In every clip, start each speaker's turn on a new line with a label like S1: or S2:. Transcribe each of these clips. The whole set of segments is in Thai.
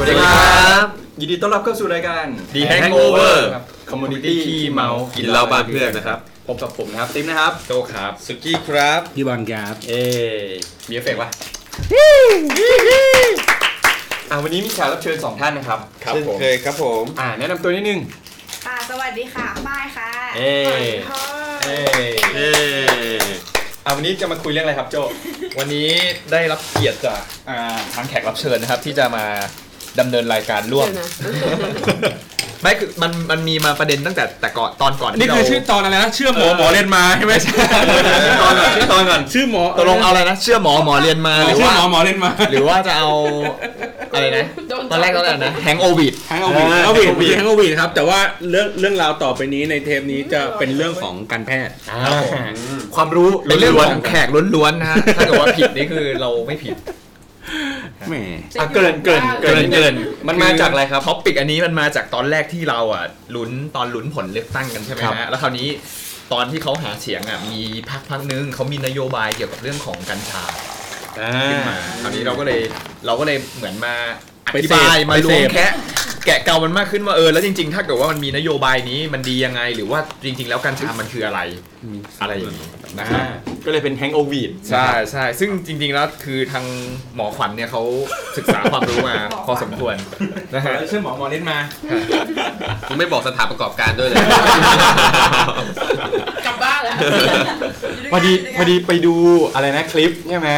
S1: วัสดีครับ
S2: ยินดีต้อนรับเข้าสู่รายการ
S1: ดีแฮงโอเวอร์
S2: Community ขี้เมากิ
S1: กินเหล้าบ้านเพื่อนนะครับ
S2: ผมกับผมนะครับ ติ๊มนะครับ
S1: โตครับสุกี้ครับ
S3: พี่บอลครับ
S2: เอมีเอฟเฟกต์ปะอ่ะวันนี้มีแขกรับเชิญสองท่านนะครับ
S1: ครับ
S4: เช่น
S1: ผม
S4: เคยครับผม
S2: อ่าแนะนำตัวนิดนึง
S5: ค่ะ สวัสดีค่ะป้ายค่ะ
S2: เอ้
S5: สวัสดีค่ะ
S2: เอ้
S1: เอ้
S2: อ่ะวันนี้จะมาคุยเรื่องอะไรครับโจ
S1: วันนี้ได้รับเกียรติจากอ่าทางแขกรับเชิญนะครับ ที่จะมาดำเนินรายการร่วม ไม่คือมันมันมีมาประเด็นตั้งแต่แต่ก่อนตอนก่อน
S3: นี่
S1: ที่เรา
S3: คือชื่อตอนอะไรนะเชื่อหมอหมอเรียนมาใช่ไหม
S2: ตอนก่อนชื่อตอนก่อน
S3: ชื่อหมอ
S1: ตกลงเอาอะไรนะเชื่อหมอหมอเรียนมาหรือ
S3: ชื่อ
S1: ว่า
S3: หมอหมอเรียนมา
S1: หรือว่าจะเอาอะไรนะตอนแรกตอนแรกนะแฮงโอวิด
S3: ทั้งโอวีโอวีดทั้งโอวีดครับ แต่ว่าเรื่องเรื่องราวต่อไปนี้ในเทปนี้จะเป็นเรื่องของการแพทย์
S2: ความรู้
S1: เป็นเรื่อง
S2: ล้
S1: ของแขกล้วนๆนะฮะ ถ้าเกิดว่าผิดนี่คือเราไม่ผิด
S3: แหม
S2: ๆอ่ะเกรินเกรินเกรินเกรินมันมาจากอะไรครับ
S1: ท็อปิกอันนี้มันมาจากตอนแรกที่เราอ่ะลุ้นตอนลุ้นผลเลือกตั้งกันใช่ไหม
S2: ครับ
S1: ฮะ แล้วคราวนี้ตอนที่เขาหาเสียงอ่ะมีพักพักนึงเขามีนโยบายเกี่ยวกับเรื่องของกัญชา
S2: อ่า
S1: ขึ้นมาคราวนี้เราก็เลยเราก็เลยเหมือนมาอ
S3: ไป
S1: ธิ
S3: เสพ
S1: บายมา
S3: ไป
S1: ล้ว
S3: เส
S1: ง
S3: พ
S1: แคะแกะเกามันมากขึ้นว่าเออแล้วจริงๆ ถ้าเกิดว่ามันมีนโยบายนี้มันดียังไง หรือว่าจริง ๆ แล้วกัญชามันคืออะไรอะไรอย่างนี้นะฮะ
S2: ก็เลยเป็นแฮงโอวีด
S1: ใช่ใช่ซึ่งจริงๆแล้วคือทางหมอขวัญเนี่ยเขาศึกษาความรู้มา พอสมควรนะฮะ
S3: เชื่อหมอหมอเรียนมา
S1: คุณไม่บอกสถานประกอบการด้วยเลย
S5: กลับบ้านแล้ว
S2: พอดีพอดีไปดูอะไรนะคลิปใช่ไหม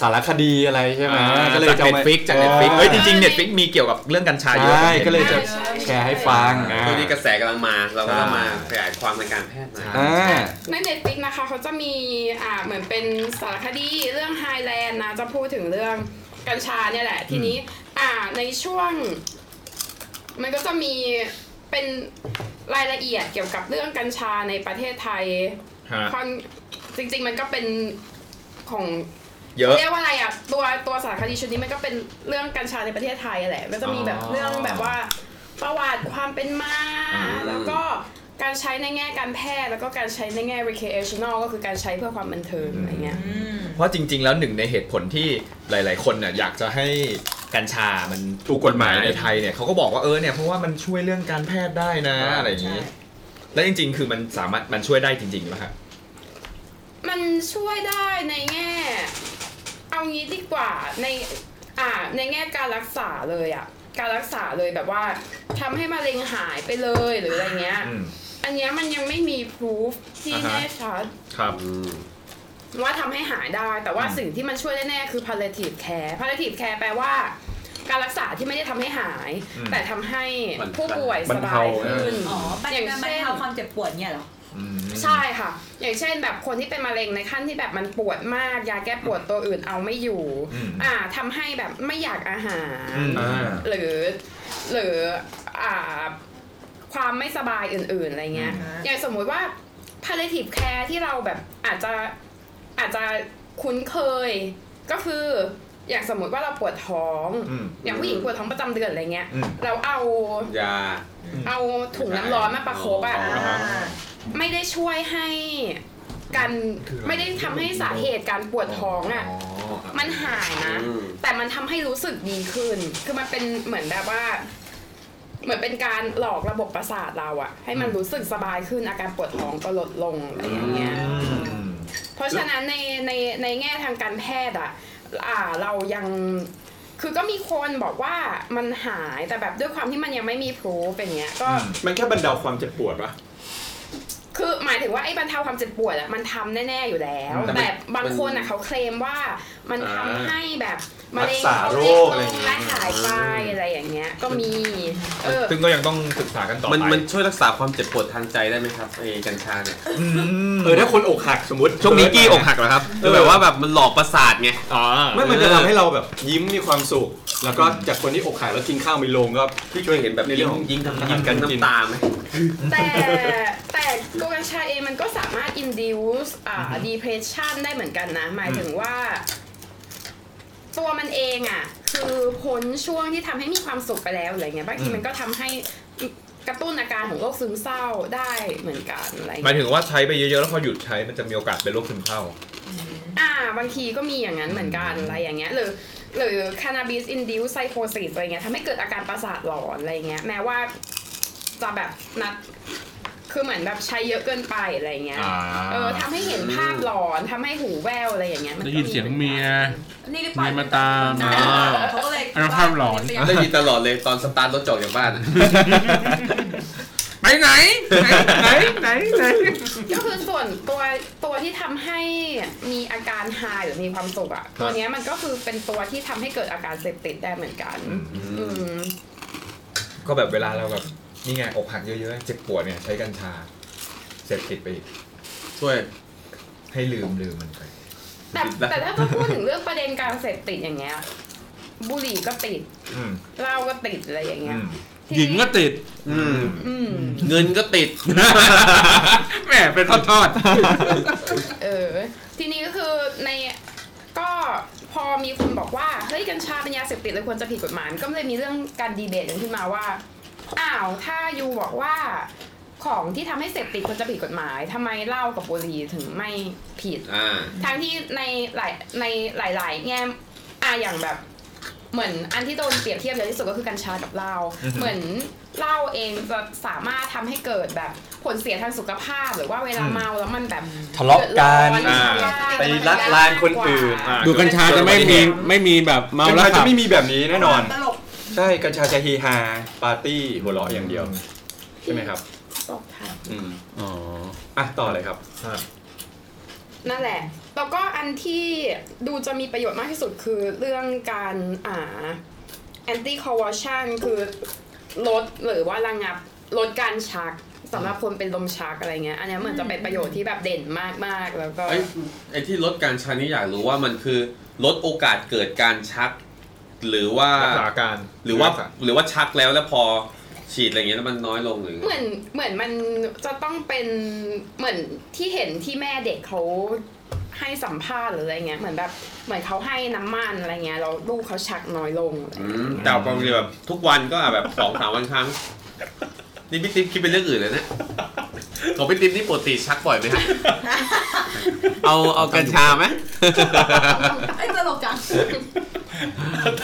S2: สารคดีอะไรใช่ไหม
S1: ก็
S2: ก็
S1: เล
S2: เลย ย
S1: จาก
S2: จะ
S1: เน็
S2: อา
S1: ต
S2: มา
S1: ฟิกจากเน็ตฟิกเฮ้ยจริงๆเน็ตฟิกมีเกี่ยวกับเรื่องกัญชาเยอะ
S2: ใช่
S1: ผมห็น
S2: ก็เลยจะ แชร์ให้ฟัง
S4: ตอนนี้กระแสกำลังมา เราก็ต้องมาขยายความในการแพทย์หนะ
S2: อ่า
S6: ในเน็ตฟิกนะคะเขาจะมีอ่าเหมือนเป็นสารคดีเรื่องไฮแลนด์นะ จะพูดถึงเรื่องกัญชาเนี่ยแหละ ทีนี้อ่าในช่วง มันก็จะมีเป็นรายละเอียดเกี่ยวกับเรื่องกัญชาในประเทศไทย
S1: ฮะ
S6: ค่อนจริง ๆ มันก็เป็นของ
S1: เยอะ
S6: เรียกว่าอะไรอ่ะตัวตัวสารคดีชุดนี้มันก็เป็นเรื่องกัญชาในประเทศไทยแหละมันจะมีแบบ
S1: อ๋อ
S6: เรื่องแบบว่าประวัติความเป็นมา แล้วก็การใช้ในแง่การแพทย์แล้วก็การใช้ในแง่ recreational ก็คือการใช้เพื่อความบันเทิงอะไรเงี้ย
S1: เพราะจริง ๆ แล้วหนึ่งในเหตุผลที่หลาย ๆ คนน่ะอยากจะให้กัญชามันถูกกฎหมายในไทยเนี่ยเขาก็บอกว่าเออเนี่ยเพราะว่ามันช่วยเรื่องการแพทย์ได้นะอะไรอย่างนี้ แล้วจริง ๆ คือมันสามารถมันช่วยได้จริงๆไหมครับ
S6: มันช่วยได้ในแง่ เอางี้ดีกว่าในอ่าในแง่การรักษาเลยอ่ะการรักษาเลยแบบว่าทำให้มะเร็งหายไปเลยหรืออะไรเงี้ย
S1: อืม
S6: อันเนี้ยมันยังไม่มีพิสูจที่
S1: อ่าฮะ
S6: แน่ชัด
S1: ครับ
S6: ว่าทำให้หายได้ แต่ว่า
S1: อืม
S6: สิ่งที่มันช่วยแน่ๆคือ palliative care palliative care แปลว่า การรักษาที่ไม่ได้ทำให้หาย แต่ทำให้ผู้ป่วยสบายขึ้น
S5: อ๋อบัน
S6: อย่าง
S5: การบร
S6: เช่
S5: ร
S6: น
S5: เทาความเจ็บปวดเนี่ยเหรอ
S1: อืม
S6: ใช่ค่ะ อย่างเช่นแบบคนที่เป็นมะเร็งในขั้นที่แบบมันปวดมาก ยาแก้ปวดตัวอื่นเอาไม่อยู่
S1: อืม
S6: อ่าทำให้แบบไม่อยากอาหาร
S1: อืม
S6: หรือหรืออ่าความไม่สบายอื่นๆอะไรเงี้ย
S5: อืม
S6: อย่างสมมุติว่า palliative care ที่เราแบบอาจจะอาจจะคุ้นเคย ก็คืออย่างสมมุติว่าเราปวดท้อง
S1: อืม
S6: อย่างผู้หญิงปวดท้องประจำเดือนอะไรเงี้ย
S1: อืม
S6: เราเอา
S4: ยา
S6: เอาถุงน้ำร้อนมาประคบอ่ะ
S4: อ๋อ
S6: ไม่ได้ช่วยให้การ
S1: คืออะไร
S6: ไม่ได้ทำให้สาเหตุการปวดท้องอ่ะ มันหายนะ
S4: อืม
S6: แต่มันทำให้รู้สึกดีขึ้น คือมันเป็นเหมือนแบบว่า เหมือนเป็นการหลอกระบบประสาทเราอะให้มันรู้สึกสบายขึ้นอาการปวดท้องก็ลดลงอะไรอย่างเงี้ย
S1: อืม
S6: เพราะฉะนั้นในในในแง่ทางการแพทย์อะอ่าเรายังคือก็มีคนบอกว่ามันหายแต่แบบด้วยความที่มันยังไม่มีพรูฟอย่างเงี้ยก็
S2: มันแค่บรรเทาความเจ็บปวดปะ
S6: คือหมายถึงว่าไอ้บรรเทาความเจ็บปวดอะมันทำแน่ ๆ อยู่แล้ว
S1: แต่มัน
S6: แต่บางคนอะเขาเคลมว่ามันทำ
S2: อ่า
S6: ให้แบบมะเร็ง
S2: รักษา
S6: เขา
S2: โร
S6: เล็ก
S2: ค
S6: ล
S2: อะไรอย่าง
S6: ง
S2: เงี้ย
S6: และหายไปอะไรอย่างเงี้ย ก็มี เออ
S1: ซึ่งก็ยังต้องศึกษากันต่อไป
S4: มันมันช่วยรักษาความเจ็บปวดทางใจได้ไหมครับไอ้กัญชาเนี่ย
S1: อืม
S2: เออถ้าคนอกหักสมมติ
S1: ช่วงนี้กี้อกหักเหรอครับ
S4: คือแบบว่าแบบมันหลอกประสาทไง
S1: อ๋อ
S2: ไม่มันจะทำให้เราแบบยิ้มมีความสุข แล้วก็จากคนที่อกหักแล้วกินข้าวไม่ลงก็
S4: พี่ช่วยเห็นแบบ
S2: ในเรื่
S4: ยิ
S2: อง
S4: ง
S2: ของ
S4: ยิงทำ
S2: ยิ
S4: ยิ
S2: ง
S4: ง
S2: กั
S4: กัน น
S2: กิน
S4: น้ำตาไหม
S6: แต่แต่ตัวกัญชาเองมันก็สามารถ induce อ่า depression ได้เหมือนกันนะ หมายถึงว่า ตัวมันเองอ่ะ คือพ้นช่วงที่ทำให้มีความสุขไปแล้วอะไรเงี้ยบางทีมันก็ทำให้กระตุ้นอาการของโรคซึมเศร้าได้เหมือนกันอะไร
S1: หมาย
S6: เงี้ย
S1: ถึงว่าใช้ไปเยอะๆแล้วพอหยุดใช้มันจะมีโอกาสเป็นโรคซึมเศร้า
S6: อ่า บางทีก็มีอย่างนั้นเหมือนกันอะไรอย่างเงี้ยหรือ หรือ cannabis induced psychosis อะไรเงี้ยทำให้เกิดอาการประสาทหลอนอะไรเงี้ยแม้ว่าจะแบบนัดคือเหมือนแบบใช้เยอะเกินไปอะไรเงี้ย
S1: อ่า
S6: เออทำให้เห็นภาพหลอนทำให้หูแววอะไรอย่างเงี้ยมัก็
S3: ได้ยินเสียงเมีย
S5: นี่หรือเปล่า
S3: ไม่มาตาม
S5: น
S3: อ๋อ
S5: เขาก็เลย
S3: อันนั้นภาพหลอน
S4: ได้ยินตลอดเลยตอนสตาร์ทรถจอดจากบ้านอะ
S3: ไปไหน ไหน ไหน ไหนไหน
S6: ก็คือส่วนตัวตัวที่ทำให้มีอาการหายหรือมีความสุขอะตัวเนี้ยมันก็คือเป็นตัวที่ทำให้เกิดอาการเสพติดได้เหมือนกันอืม
S1: ก็แบบเวลาเราแบบนี่ไงอกหักเยอะๆเจ็บปวดเนี่ยใช้กัญชาเสพติดไปอีก
S4: ช่วย
S1: ให้ลืมลืมมันไป
S6: แต่
S4: ติดละ
S6: แต่ถ้าจะพูดถึงเรื่องประเด็นการเสพติดอย่างเงี้ยบุหรี่ก็ติด
S1: อืม
S6: เหล้าก็ติดอะไรอย่างเงี้
S1: อื
S6: ย
S1: ม
S3: หญิงก็ติด
S4: อืม
S6: อืม
S4: เงินก็ติด
S3: แหมเป็นทอด
S6: เออ ทีนี้ก็คือในก็พอมีคนบอกว่าเฮ้ยกัญชาเป็นยาเสพติดเลยควรจะผิดกฎหมายมันก็เลยมีเรื่องการดีเบตกันขึ้นมาว่าอ้าวถ้ายูบอกว่าของที่ทำให้เสพติดควรจะผิดกฎหมายทำไมเหล้ากับบุหรี่ถึงไม่ผิด
S4: อ่า
S6: ทั้งที่ในหลายในหลาย ๆ แง่มอ่ะอย่างแบบ เหมือนอันที่โดนเปรียบเทียบเยอะที่สุดก็คือกัญชากับเหล้า
S1: อือฮึ
S6: เหมือนเหล้าเองจะสามารถทำให้เกิดแบบผลเสียทางสุขภาพ หรือว่าเวลา
S1: อืม
S6: เมาแล้วมันแบบ
S2: ทะเลาะกัน
S6: ดือดร้อน
S4: อ่า
S2: ไปรัดลานคนอื่น
S1: อ่า
S3: ๆดูกัญชาจะไม่มีไม่มีแบบเมา
S2: กัญ
S3: แล้ว
S2: ชา
S3: ขั
S2: จะ
S3: บ
S2: ไม่มีแบบนี้แน่นอน
S5: ตลก
S2: ใช่กัญชาจะเฮฮาปาร์ตี้หัวเราะอย่างเดียว ใช่ไหมครับ
S6: ตกท้าย
S2: อืม
S3: อ๋อ
S2: อ่ะต่อเลยครับ
S1: อ่ะ
S6: นั่นแหละ แล้วก็อันที่ดูจะมีประโยชน์มากที่สุดคือเรื่องการอ่า anti convulsion คือลดหรือว่าระงับลดการชักสำหรับคนเป็นลมชักอะไรเงี้ย อันเนี้ยเหมือนจะเป็นประโยชน์ที่แบบเด่นมาก ๆ แล้วก็
S4: ไอ้ไอ้ที่ลดการชักนี่อยากรู้ว่ามันคือลดโอกาสเกิดการชัก หรือว่า
S1: รักษาอาการ
S4: หรือว่า
S1: ษ
S4: หรือว่าชักแล้วแล้วพอฉีดอะไรอย่างเงี้ยแล้วมันน้อยลงหรือ
S6: เหมือนเหมือนมันจะต้องเป็นเหมือนที่เห็นที่แม่เด็กเขาให้สัมภาษณ์หรืออะไรเงี้ยเหมือนแบบเหมือนเขาให้น้ำมันอะไรเงี้ยแล้วลูกเขาชักน้อยลงอะไร
S4: อื
S6: เงี้ย
S4: มแต่เอาความเรียแบบทุกวันก็อ่ะแบบสองสามวันครั้ง นี่พี่ติ๊บคิดเป็นเรื่องอื่นเลยนะ ของพี่ติ๊บนี่ปกติชักบ่อยไหมฮะ เอาเอากัญชา ไหม
S5: ไอ้ยตลกจัง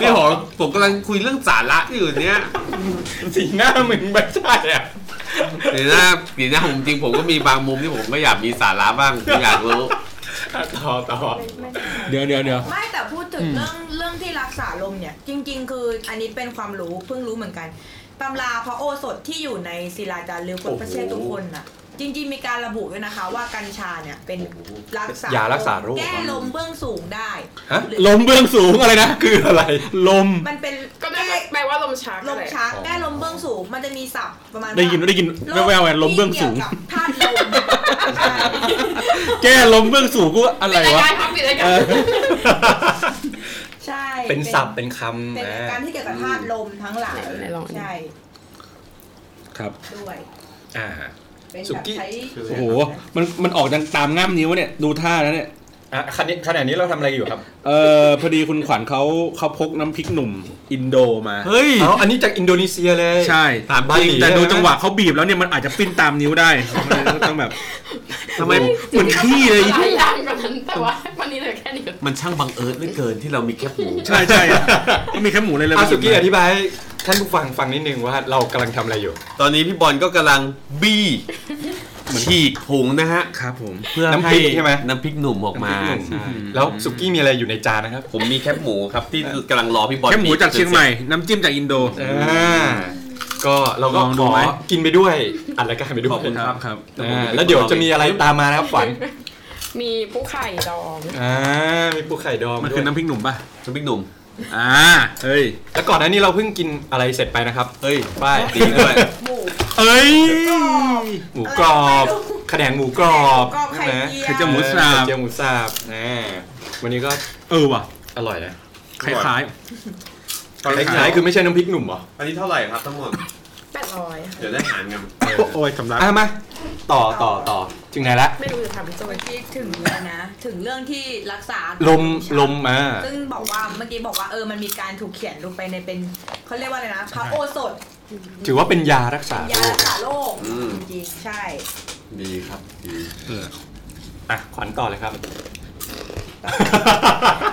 S4: นี่หอมผมกำลังคุยเรื่องสาระที่อยู่เนี้ย
S2: สีหน้ามึงไม่ใช่อ่ะ
S4: เดี๋ยวนะเดี๋ยวนะผมจริงผมก็มีบางมุมที่ผมก็อยากมีสาระบ้างผมอยากรู้
S2: ต่อต่อ
S6: ไม่ไม่
S3: เดี๋ยวเดี๋ยวเดี๋ยว
S5: ไม่แต่พูดถึง
S3: อืม
S5: เรื่องเรื่องที่รักษาลมเนี่ย จริง ๆ คืออันนี้เป็นความรู้เพิ่งรู้เหมือนกันตำราพระโอสถที่อยู่ในศิลาจารึกคนพระเชตุพนน่ะ จริง ๆ มีการระบุด้วยนะคะ ว่ากัญชาเนี่ยเป็นรักษาย
S2: ารักษาโรค
S5: แก้ลมเบื้องสูงได้
S2: ฮะ
S5: หรือ
S3: ลมเบื้องสูงอะไรนะ
S2: คืออะไร
S3: ลม
S5: มันเป็น
S6: ก็น่า
S5: แก้
S6: จะแปลว่าลมชัก
S5: ล
S6: นั่น
S5: ม
S6: แหละ
S5: ชักแก้ลมเบื้องสูง มันจะมีศัพท์ประมาณ
S3: ได้ยินได้ยิน
S5: โรค
S3: แว่วๆไงลมเบื้องสูง
S5: ที่กี่ยวกับธาตุลมใช่
S3: แก้ลมเบื้องสูงกูว่าอะไร
S6: ปิดรายกาว
S3: ะ
S6: รครับปิดรายกา
S3: เอ
S6: ร
S3: อ
S5: ใช่
S2: เป็นศัพท์เป็นคำ
S5: เป็น
S2: นะ
S5: อาการที่เกี่ยวกับธาตุลมทั้งหลาย
S6: ไหนลอง
S5: ใช่
S3: ครับ
S5: ด้วย
S2: อ่า
S5: เป็น
S2: สุ
S5: แบบ
S2: กี้
S5: ใช้
S3: โอ้โห มันมันออกดังตามง่ามนิ้วเนี่ย ดูท่าแล้วเนี่ย
S2: อ่ะขณะขณะนี้เราทำอะไรอยู่ครับ
S3: เออพอดีคุณขวัญเขาเขาพกน้ำพริกหนุ่มอินโดมา
S2: เฮ้ยเอาอันนี้จากอินโดนีเซียเลย
S3: ใช่
S4: ถาม
S2: บ้าน
S4: จริง
S2: หนี
S3: แต่ดูจังหวะเขาบีบแล้วเนี่ยมันอาจจะปิ้นตามนิ้วได้ก็ต้องแบบ
S4: ทำไม
S3: เหมือนขี้เลย
S6: หลายอย่างกว่านั้นแต่ว่าวันนี้เหลือแค่นี้
S4: มันช่างบังเอิญเหลือเกินที่เรามีแคบหมู
S3: ใช่ใช่ก็มีแค่หมูเลยเลย
S2: อาสุกี้
S3: มา
S2: อธิบายให้ท่านผู้ฟังฟังนิดนึงว่าเรากำลังทำอะไรอยู่
S4: ตอนนี้พี่บอลก็กำลังบี้ฉีกผงนะฮะ
S3: ครับผม
S4: เพื่อ
S2: น้ำพริกใช่ไหม
S4: น้ำพริกหนุ่มออกมา
S2: น้ำพริกหนุ่มแล้วสุกี้มีอะไรอยู่ในจานนะครับ
S4: ผมมีแคบหมูครับที่กำลังรอพี่บอล
S3: แค่หมูจากเชียงใหม่ น้ำจิ้มจากอินโด
S2: อ่า ก็เราก็
S3: ลอง
S2: ข
S3: ดู
S2: อ
S3: ไหม
S2: กินไปด้วย อัดรายการไปด้วย
S4: ขอบคุณครับครับ
S2: อ่าแล้วเดี๋ยวจะมีอะไรตามมานะครับฝัน
S6: มีผู้ไข่ดอง
S2: อ่า มีปูไข่ดอง
S3: มัน
S2: ด้
S3: คื
S2: ว
S3: อย น้ำพริกหนุ่มป่ะ
S4: น้ำพริกหนุ่ม
S3: อ่า เฮ้ย
S2: แล้วก่อนหน้านี้เราเพิ่งกินอะไรเสร็จไปนะครับ
S4: เฮ้ย
S2: ป้าย
S4: ดีด้วย
S5: หมู
S3: เอ้ย
S2: หมูกรอบ
S5: อะไรก็ไม่รู้
S2: แขนงหมูกรอบ
S5: กรอบไข่
S2: ใช่ไ
S5: เจียว
S3: ไข่เจียวหมูสับ
S2: ไข่เจียวหมูสับแน่วันนี้ก็
S3: เออว่ะ
S2: อร่อยนะ
S3: คล้ายๆ
S2: คล้ายๆคือไม่ใช่น้ำพริกหนุ่มเหรอ
S4: อันนี้เท่าไหร่ครับทั้งหมด
S6: แปดร้อย
S4: เดี๋ยวได้หารกัน
S3: โอ้ยสำลัก
S2: อ่ะมาต่อต่อต่อถึงไหนละ
S6: ไม่รู้จะทำโจท
S5: เมื่
S6: ย
S5: อกี้ถึงแล้วนะ ถึงเรื่องที่รักษา
S2: ลมลมมา
S5: ซึ่งบอกว่าเมื่อกี้บอกว่าเออมันมีการถูกเขียนลงไปในเป็นเขาเรียกว่าอะไรนะพระโอสถ
S2: ถือว่าเป็นยารักษาโร
S5: ยา
S2: ค
S5: รักษาโรค
S4: อืม
S5: จริงๆใช่
S4: ดีครับ ดี
S2: อ่ะขวัญต่อเลยครับ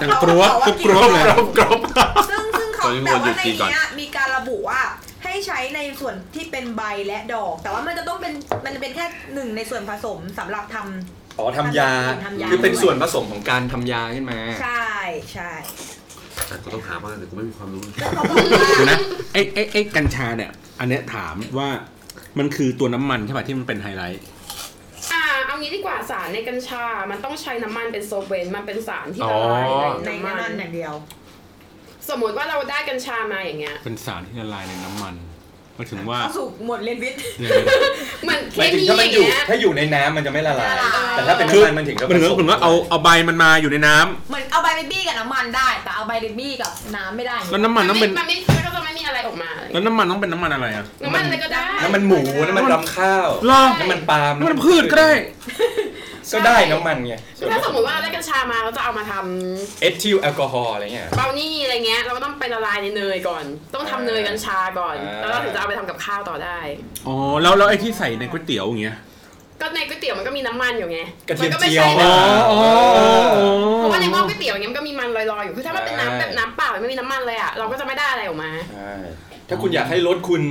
S3: ดังกรวบกรุบกรวบเลย
S2: กรอบ
S5: ซึ่งซึ่งเขา
S7: ตอนนี้
S5: แต่
S7: วนอยู่
S5: ว่าใน
S7: จีนก่อน
S5: เนี้ยมีการระบุว่าให้ใช้ในส่วนที่เป็นใบและดอก แต่ว่ามันจะต้องเป็นมันเป็นแค่หนึ่งในส่วนผสมสำหรับทำ
S2: อ๋อทำยา
S5: ทำยา
S2: คือเป็นส่วนผสมของการทำยาขึ้นมา
S5: ใช่ใช่
S7: แต่กูต้องหาบ้างแต่กูไม่มีความรู้
S3: ดูนะไอ้ไอ้ไอ้กัญชาเนี่ย อันเนี้ยถามว่ามันคือตัวน้ำมันใช่ป่ะที่มันเป็นไฮไลท์
S6: อ่าเอางี้ดีกว่าสารในกัญชา มันต้องใช้น้ำมันเป็นโซเวนต์มันเป็นสารที่
S2: อ๋
S6: ละ
S2: อ
S6: ลาย
S5: ใน
S6: ใน
S5: น้ำ
S6: น้ำ
S5: มั
S6: มัน น
S5: อย่างเดียว
S6: สมมติว่าเราได้กัญชามาอย่างเงี้ย
S3: เป็นสารที่ละลายในน้ำมันหมายถึงว่า
S5: เข้าสู่หมวดเรียนวิทย์
S6: เหมือนเค
S2: หมายถึ
S6: มี
S2: ง
S6: อ
S2: ถ้ามัน
S6: ย่าง
S2: อยู่
S6: เงี้ย
S2: ถ้าอยู่ในน้ำมันจะไม่ละลาย
S5: ละลาย
S2: แต่ถ้าเป็น
S3: คือ
S2: น้ำมันมันถึงก็
S3: หมันถึงว่าผมว่าเอาเอาใบมันมาอยู่ในน้ำ
S5: เหมือนเอาใบเบบี้กับน้ำมันได้ แต่เอาใบเบบี้กับน้ำไม่ได้
S3: แล้วน้ำมัน
S6: มั
S3: ต้องเป็น
S6: มันไม่มันก็จะไม่มีอะไรออกมา
S3: แล้วน้ำมันต้องเป็นน้ำมันอะไรอ่ะ
S6: น้ำมันอะไรก็ได้
S2: น้ำมันหมู น้ำมันรำข้าว
S3: เหรอ
S2: น้ำมันปาล์ม
S3: น้ำมันพืชก็ได้
S2: ก็ได้น้ำมันไง
S6: คือถ้าสมมติว่าเราได้กัญชามาเราจะเอามาท
S2: เอทิลแอลกอฮอล์อะไรเงี้ย
S6: ำเบราวนี่อะไรเงี้ย เราก็ต้องไปละลายในเนยก่อน ต้องทำเนยกัญชาก่อน
S2: อ่า
S6: แล้วเราถึงจะเอาไปทำกับข้าวต่อได้
S3: อ๋อ แล้วแล้วไอ้ที่ใส่ในก๋วยเตี๋ยวอย่างเงี้ย
S6: ก็ในก๋วยเตี๋ยวมันก็มีน้ำมันอยู่ไง
S2: กระเทียม
S6: ก็
S2: เจียว
S6: แบบ
S2: อ๋อ
S6: เพราะว่าในหม้อก๋วยเตี๋ยวอย่างเงี้ยมันก็มีมันลอยๆอยู่ คือถ้ามันเป็น
S2: ใช่
S6: น้ำแบบน้ำเปล่าไม่มีน้ำมันเลยอ่ะ เราก็จะไม่ได้อะไรออกมา
S2: ใช่ ถ้าคุณอยากให้รถคุณ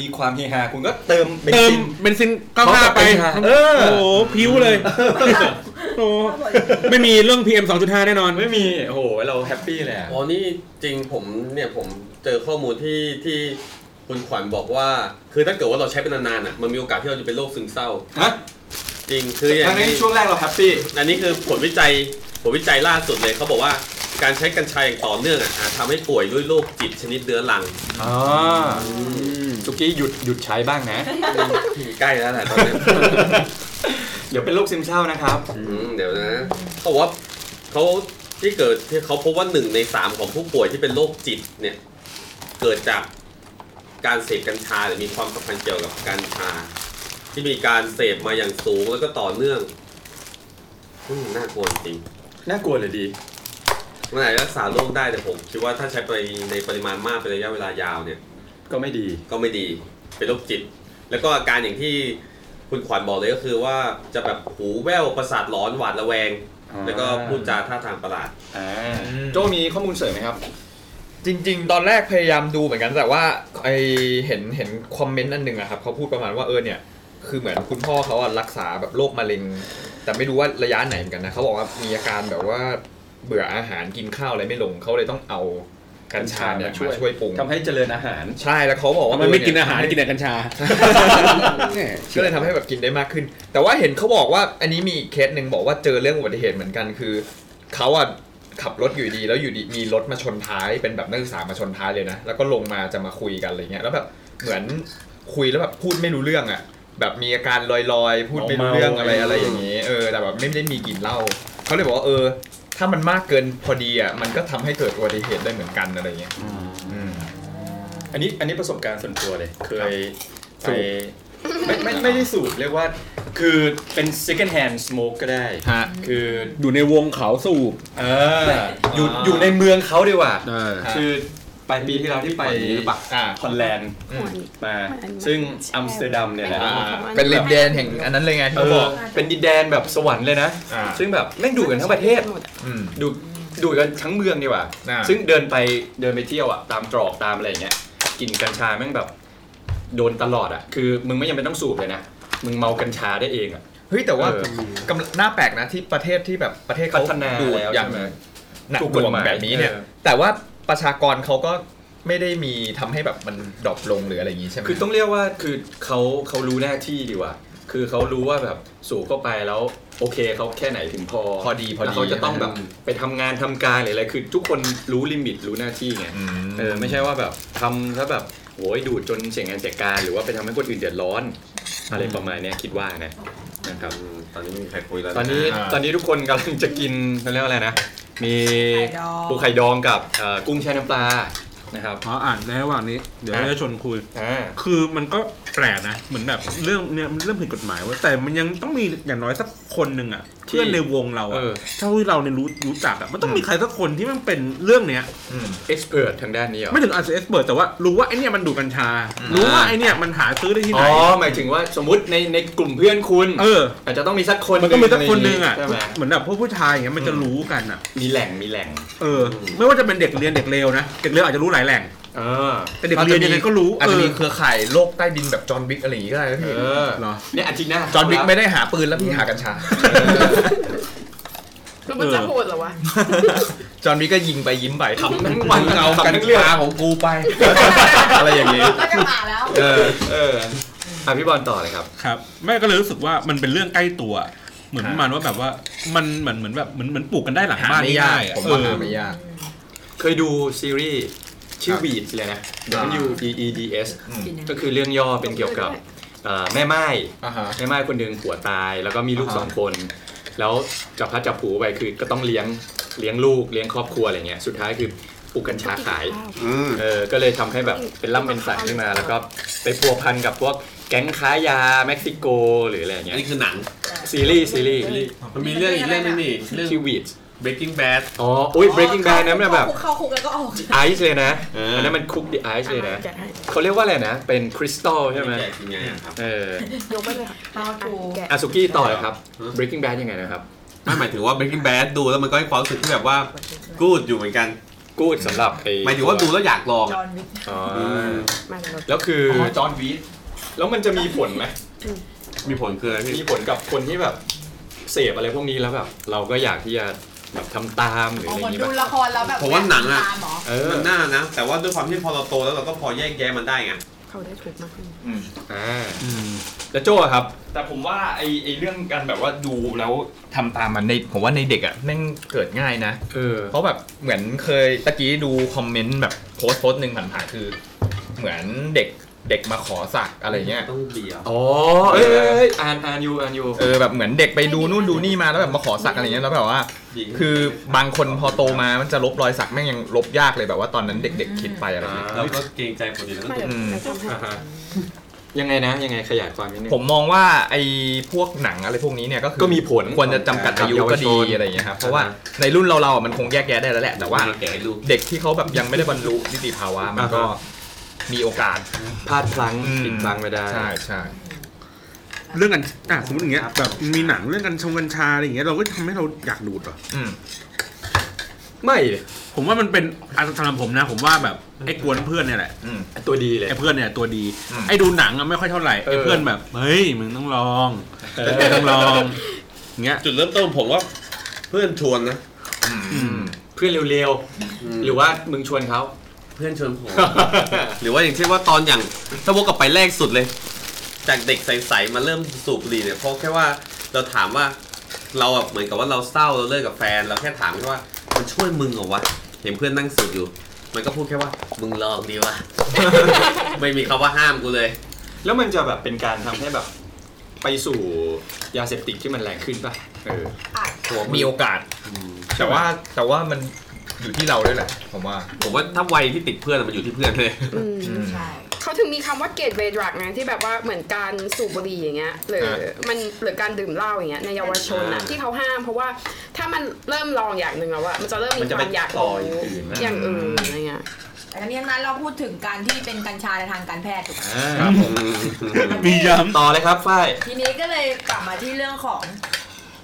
S2: มีความเฮฮาคุณก็เติมเบน
S3: เติม
S2: ซิน
S3: เบนซินก้าวหน้าไป
S2: พร้อมกับกัญชา
S3: เอ
S2: เอ
S3: อ
S2: อ
S3: โอ้โหพิ้วเลย โอ้โหไม่มีเรื่อง PM 2.5 แน่นอน
S2: ไม่มี โอ้โห เราแฮปปี้เลยอะ
S4: อ๋อนี่จริงผมเนี่ยผมเจอข้อมูลที่ที่คุณขวัญบอกว่า คือถ้าเกิดว่าเราใช้เป็นนานๆอ่ะมันมีโอกาสที่เราจะเป็นโรคซึมเศร้า
S2: ฮะ
S4: จริงคืออย่า
S2: ทั้
S4: ง
S2: ง
S4: นี้
S2: นี้ช่วงแรกเราแฮปปี้
S4: อันนี้คือผลวิจัยผลวิจัยล่าสุดเลยเขาบอกว่าการใช้กัญชาอย่างต่อเนื่องอ่ะอาจทำให้ป่วยด้วยโรคจิตชนิดเดื้อรัง
S2: อ๋อสุกี้หยุดหยุดใช้บ้าง นะ
S4: ใกล้แล้วแหละตอนนี้
S2: เดี๋ยวเป็นโรคซึมเศร้านะครับ
S4: อืมเดี๋ยวนะเขาบอกว่าเขาที่เกิดที่เขาพบว่าหนึ่งในสามของผู้ป่วยที่เป็นโรคจิตเนี่ยเกิดจากการเสพกัญชาหรือมีความสัมพันธ์เกี่ยวกับกัญชา ที่มีการเสพมาอย่างสูงแล้วก็ต่อเนื่องอืมน่ากลัวจริง
S2: น่ากลัวเลยดี
S4: เมื่อไหร่รักษาโรคได้แต่ผมคิดว่าถ้าใช้ไปในปริมาณมากเป็นระยะเวลายาวเนี่ย
S2: ก็ไม่ดี
S4: ก็ไม่ดีเป็นโรคจิต แล้วก็อาการอย่างที่คุณขวัญบอกเลยก็คือว่าจะแบบหูแว่วประสาทหลอนหวาดระแวง
S2: อ่า
S4: แล้วก็พูดจาท่าทางประหลาด
S2: อ่า
S1: อืม
S2: โจมีข้อมูลเสริมไหมครับ
S1: จริง ๆ ตอนแรกพยายามดูเหมือนกันแต่ว่าไอเห็นเห็นคอมเมนต์อันหนึ่งอะครับเขาพูดประมาณว่าเออเนี่ยคือเหมือนคุณพ่อเขาอะรักษาแบบโรคมะเร็ง แต่ไม่รู้ว่าระยะไหนเหมือนกันนะเขาบอกว่ามีอาการแบบว่าเบื่ออาหารกินข้าวอะไรไม่ลงเขาเลยต้องเอากัญชาเนี่ย
S2: กัญชามาช่วย
S1: มาช่วยปรุง
S2: ทำให้เจริญอาหาร
S1: ใช่แล้วเขาบอกว่า
S3: มัน
S1: เ
S3: ไม่กินอาหารกินแต่กัญชา
S1: ก็เลยทำให้แบบกินได้มากขึ้น แต่ว่าเห็นเขาบอกว่าอันนี้มีอีกเคสหนึ่งบอกว่าเจอเรื่องอุบัติเหตุเหมือนกันคือเขาอ่ะขับรถอยู่ดีแล้วอยู่ดีมีรถมาชนท้ายเป็นแบบนักศึกษามาชนท้ายเลยนะ แล้วก็ลงมาจะมาคุยกันอะไรเงี้ยแล้วแบบเหมือนคุยแล้วแบบพูดไม่รู้เรื่องอ่ะแบบมีอาการลอยๆ พูดไม่รู้เรื่องอะไรอะไรอย่างนี้เออแต่แบบไม่ได้มีกลิ่นเหล้าเขาเลยบอกว่าเออ ถ้ามันมากเกินพอดีอ่ะมันก็ทำให้เกิดอุบัติเหตุได้เหมือนกันอะไรเงี้ยอืม
S2: อันนี้อันนี้ประสบการณ์ส่วนตัวเลย เคย
S1: สู
S2: ไป
S1: บ
S2: ไม่ไม่ไม่ได้สูบเรียกว่า คือเป็น second hand smoke ก็ได้
S3: ฮะ
S2: คือ
S3: อยู่ในวงเขาสูบ
S2: เอออยู่อยู่ในเมืองเขาดีกว่า
S3: เออ
S2: คือไปปีที่เราที่ไป
S1: อ่า
S2: ฮอลแลนด์
S1: อืม
S2: มา ซึ่งอัมสเตอร์ดัมเนี่ยแหละ
S1: อ่าเป็นลิมแดนแห่งอันนั้นเลยไงที่
S2: เอ
S1: เขาบ
S2: อ
S1: อก
S2: เป็นดินแดนแบบสวรรค์เลยนะ
S1: อ่า
S2: ซึ่งแบบแม่งดูดกันทั้งประเทศ
S1: อืม
S2: ดูดูดกันทั้งเมืองดีกว่า
S1: อ่า
S2: ซึ่งเดินไปเดินไปเที่ยวอ่ะตามตรอกตามอะไรอย่างเงี้ยกลินกัญชาแม่งแบบ โดนตลอดอ่ะ คือมึงไม่ยังเป็นต้องสูบเลยนะ มึงเมากัญชาได้เองอ่ะ
S1: เฮ้ยแต่ว่า
S2: เออก
S1: ำลังน่าแปลกนะที่ประเทศที่แบบประเทศเขา
S2: พัฒนา
S1: ดู
S2: แล้ว
S1: อย่าง
S2: ใช่ไหม
S1: หนัก
S2: ถูก
S1: ห
S2: กฎ
S1: น่วง
S2: หมาย
S1: แบบนี้เนี่ย
S2: เออ
S1: แต่ว่าประชากรเขาก็ไม่ได้มีทำให้แบบมันดรอปลงหรืออะไรอย่างนี้ใช่ไหม
S2: คือต้องเรียกว่าคือเขาเขารู้หน้าที่ดีกว่า คือเขารู้ว่าแบบสูบเข้าไปแล้ว โอเคเขาแค่ไหนถึงพอ
S1: พอดีพอ
S2: แล้ว
S1: ดี
S2: เขาจะต้องแบบไปทำงานทำการหรืออะไรคือทุกคนรู้ลิมิตรู้หน้าที่ไง
S1: ม
S2: เออไม่ใช่ว่าแบบทำถ้าแบบโหยดูดจนเสียงานเสียการ หรือว่าไปทำให้คนอื่นเดือดร้อน อะไรประมาณเนี้ยคิดว่านะนะครับ
S4: อืมตอนนี้ไม่มีใครคุยแล้วะ
S2: ตอนนี้
S1: อ่า
S2: ตอนนี้ทุกคนกำลังจะกินเขาเรียกว่าอะไรนะ มี
S5: ไข่ดอง
S2: ปูไข่ดองกับเอ่อกุ้งแช่น้ำปลานะครับ
S3: อ๋ออ่านในระหว่างนี้ เดี๋ยวเราจะชวนคุย
S2: อ่า
S3: คือมันก็แปลกนะ เหมือนแบบเรื่องเนี่ยมันเรื่องผิดกฎหมายเว่าแต่มันยังต้องมีอย่างน้อยสักคนหนึ่งอะ พื่อนในวงเรา
S2: เอ
S3: อะ
S2: อ
S3: เท่าที่เราเนี่ยรู้รู้จักอะมันต้องมีใครสักคนที่มันเป็นเรื่องเนี้ย
S1: อืม
S2: เอ็กซ์เพรสทางด้านนี้เหรอ
S3: ไม่ถึงอาจจะเอ็กซ์เปิดแต่ว่ารู้ว่าไอเนี่ยมันดูดกัญชา รู้ว่าไอเนี่ยมันหาซื้อได้ที่ไห
S2: อ๋
S3: น
S2: อหมายถึงว่าสมมติในในกลุ่มเพื่อนคุณ
S3: เออ
S2: อาจจะต้องมีสักคน
S3: มันก็มีสักคนหนึ่งอ่ะ
S2: ใช่ไหม
S3: เหมือนแบบพวกผู้ชายอย่างเงี้ยมันจะรู้กันอ่ะ
S2: มีแหล่งมีแหล่ง
S3: เออ ไม่ว่าจะเป็นเด็กเรียนเด็กเลวนะ เด็กเลวอาจจะรู้หลายแหล่ง
S2: เออ
S3: แต่เด็กเรียนยังไงก็รู้
S1: อาจ
S3: เอ
S1: จะ
S3: อ
S1: มีเครือข่ายโลกใต้ดินแบบจอห์นวิกอะไรอย่างงี้ก็ได้นะ
S2: เอ
S1: พี่
S2: อ
S3: เหรอ
S2: เนี่ยอาทิตย์หน้า
S1: จอห์นวิกไม่ได้หาปืนแล้วพี่หากัญชา
S6: แล้วมันจะโหดเหรอวะ
S1: จอห์นวิกก็ยิงไปยิ้มไปทำ
S2: ทั้งวัน
S1: เอา
S2: เอากั
S1: กัน ญ
S2: ทั้งเรื่อง
S1: ชาของกูไป อะไรอย่างงี้
S5: ก็จะมาแล้ว
S1: เออ
S2: เอออ่ะพี่บอลต่อเลยครับ
S3: ครับแม่ก็เลยรู้สึกว่ามันเป็นเรื่องใกล้ตัว เหมือน
S1: ครั
S3: ป
S1: บ
S3: ระมาณว่าแบบว่ามันเหมือนเหมือนแบบเหมือนเหมือนปลูกกันได้หลัง
S1: หา
S3: บ้าน
S1: ไม่ยาก
S3: ง่ๆอะ
S1: ผมว่า
S3: เออ
S1: หาไม่ยาก
S2: เคยดูซีรีส์ชื่อวีดเลยนะ W E E D S
S1: อืม
S2: ก็คือเรื่องย่อเป็นเกี่ยวกับเอ่อแม่ไม้
S1: อ่าฮะ
S2: แม่ไม้คนหนึ่งผัวตายแล้วก็มีลูก
S1: อ่าฮะ
S2: สองคน แล้วจับพลัดจับผลูไปคือก็ต้องเลี้ยงเลี้ยงลูกเลี้ยงครอบครัวอะไรเงี้ยสุดท้ายคือปลูกกัญชาขาย
S4: อืม
S2: เออ ก็เลยทำให้แบบเป็นล่ำเป็นสันขึ้นมา แล้วก็ไปพัวพันกับพวกแก๊งค้ายาเม็กซิโกหรืออะไรอย่าง
S8: อั
S2: เงี้
S8: น
S2: ย
S8: นี้คือหนัง
S2: ซีรีส์ซีรีส์
S4: มันมีเรื่องอีกเรื่องนึงนี่เรื่อง
S2: ชื่อวีด
S4: Breaking Bad
S2: อ๋ออุ้ย breaking bad นะมันแบบ
S5: เข้าคุกแล้วก็ออก
S2: ไอซ์เลยนะ
S4: เอออั
S2: อันนั้นมันคุกดิไอซ์เลยนะ
S6: จัดให้
S2: เขาเรียกว่าอะไรนะ เป็นคริสตัลใช่ไหม
S8: แจกยังไงอะครับ
S2: เออย
S6: กไปเลยค่ะ
S5: How to
S6: แกะ
S2: อาซุกี้ต่อเลยครับ breaking bad ยังไงนะครับ
S4: ไม่หมายถึงว่า Breaking Bad ดูแล้วมันก็ให้ความรู้สึกที่แบบว่ากูดอยู่เหมือนกัน
S2: กูดสำหรับไอ้
S4: หมายถึงว่าดูแล้วอยากลอง
S5: จ
S4: อะ
S5: อห์นวิก
S2: อ๋อ
S6: มาเลย
S2: แล้วคืออ
S4: จอห์นวีด
S2: แล้วมันจะมีผลไหม
S4: มีผลคืออะไรพี่
S2: มีผลกับคนที่แบบ เสพอะไรพวกนี้แล้วแบบ เราก็อยากที่จะแบบทำตามหรือ
S5: อ๋
S2: อะ
S5: อ
S2: ไรอ
S5: เหมือน
S2: ย่างงี้
S5: ดู
S2: ป่ะ
S5: ละครแล้วแบบ
S4: ผมว่าหนังอะ
S5: ตามเหรอ
S2: เออ
S4: มันน่านะ แต่ว่าด้วยความที่พอเราโตแล้วเราก็พอแยกแยะมันได้ไง
S6: เขาได้ถูกมากขึ้น
S2: อ่า
S3: อืม
S2: แล้วโจ้ครับ
S1: แต่ผมว่าไอไอเรื่องการแบบว่าดูแล้วทำตามมันในผมว่าในเด็กอะแม่งเกิดง่ายนะ
S2: เออ
S1: เพราะแบบเหมือนเคยตะกี้ดูคอมเมนต์แบบโพสต์โพสต์หนึ่งผ่านๆคือ เหมือนเด็กเด็กมาขอสักอะไรเงี้ย
S4: ต้องเบียร์
S2: อ๋อ เอ้ยเอ้ยเอ้ยอ่านอ่านอยู่อ่านอยู่
S1: เออแบบเหมือนเด็กไปดูนู่นดูนี่มาแล้วแบบมาขอสักอะไรเงี้ยแล้วแบบว่า คือบางคนพอโตมามันจะลบรอยสักแม่งยังลบยากเลยแบบว่าตอนนั้นเด็ก ๆ คิดไปอะไรเงี้ย
S4: เราก็เกรงใจคนอื่นแล้วก็
S6: ไม่
S4: ดู
S6: เดี๋ยว
S1: อืม
S6: เดี๋ยวทำให้
S2: อ่าฮะยังไงนะ ยังไงขยายความนิดนึง
S1: ผมมองว่าไอ้พวกหนังอะไรพวกนี้เนี่ยก็คือ
S2: ก็มีผล
S1: ควรจะจำกัดอายุ
S2: กับเยาว
S1: ก็
S2: ช
S1: ดี
S2: น
S1: อะไรอย่างเงี้ยครับ
S2: อ่าฮะ
S1: เพราะว่าในรุ่นเราเราๆอ่ะมันคงแยกแยะได้แล้วแหละแต่ว่า
S4: แกะให้ดู
S1: เด็กที่เขาแบบยังไม่ได้บรรลุนิติภาวะมันก็มีโอกาส
S2: พลาดพลั้ง
S1: อืม
S2: ผิดพลั้งไม่ได้
S1: ใช่ใช่
S3: เรื่องกันอ่ะสมมติอย่างเงี้ยแบบมีหนังเรื่องกัญชงกัญชาอะไรอย่างเงี้ยเราก็ทำให้เราอยากดูดเหรอ
S1: อืม
S2: ไม่
S3: ผมว่ามันเป็นอาสำหรับผมนะ ผมว่าแบบไอ้กวนเพื่อนเนี่ยแหละ
S1: อืม
S2: ตัวดีเลย
S3: ไอ้เพื่อนเนี่ยตัวดี
S1: อืม
S3: ไอ้ดูหนังอะไม่ค่อยเท่าไหร่ไอ้เพื่อนแบบเฮ้ยมึงต้องลองมึงต้องลองอย่างเงี้ย
S4: จุดเริ่มต้นผมว่าเพื่อนชวนนะ
S1: อืม
S2: เพื่อนเร็วๆ หรือว่ามึงชวนเขา
S4: เพื่อนชวนผม หรือว่าอย่างเช่นว่าตอนอย่างถ้าวกกลับไปแรกสุดเลย จากเด็กใสๆมาเริ่มสูบบุหรี่เนี่ยเพราะแค่ว่าเราถามว่าเราแบบเหมือนกับว่าเราเศร้าเราเลิกกับแฟน เราแค่ถามแค่ว่ามันช่วยมึงเหรอวะเห็นเพื่อนนั่งสูบอยู่ มันก็พูดแค่ว่ามึงลองดีวะ ไม่มีคำว่าห้ามกูเลย
S2: แล้วมันจะแบบเป็นการทำให้แบบ ไปสู่ยาเสพติดที่มันแรงขึ้นป่ะ เออ
S1: มีโอกาส แต่ว่าแต่ว่ามันอยู่ที่เราด้วยแหละ ผมว่า
S4: ผมว่าถ้าวัยที่ติดเพื่อนอะมันอยู่ที่เพื่อนเลย
S6: อืม
S1: อืม
S5: ใช่
S6: เขาถึงมีคำว่าเกตเวดรักไงที่แบบว่าเหมือนการสูบบุหรี่อย่างเงี้ยหรือ
S1: ฮะ
S6: มันหรือการดื่มเหล้าอย่างเงี้ยในเยาวชนอะ
S4: อ่า
S6: ที่เขาห้ามเพราะว่าถ้ามันเริ่มลองอย่างหนึ่งแล้วอะมันจะเริ่มมีความอยากรู้อย่างอื่นอะไรเงี้ย
S5: แต่ทั้งนี้ทั้งนั้นเราพูดถึงการที่เป็นกัญชาในทางการแพทย์ถูกไหม
S1: ครับผม
S3: มีย้ำ
S2: ต่อเลยครับฝ้าย
S5: ทีนี้ก็เลยกลับมาที่เรื่องของ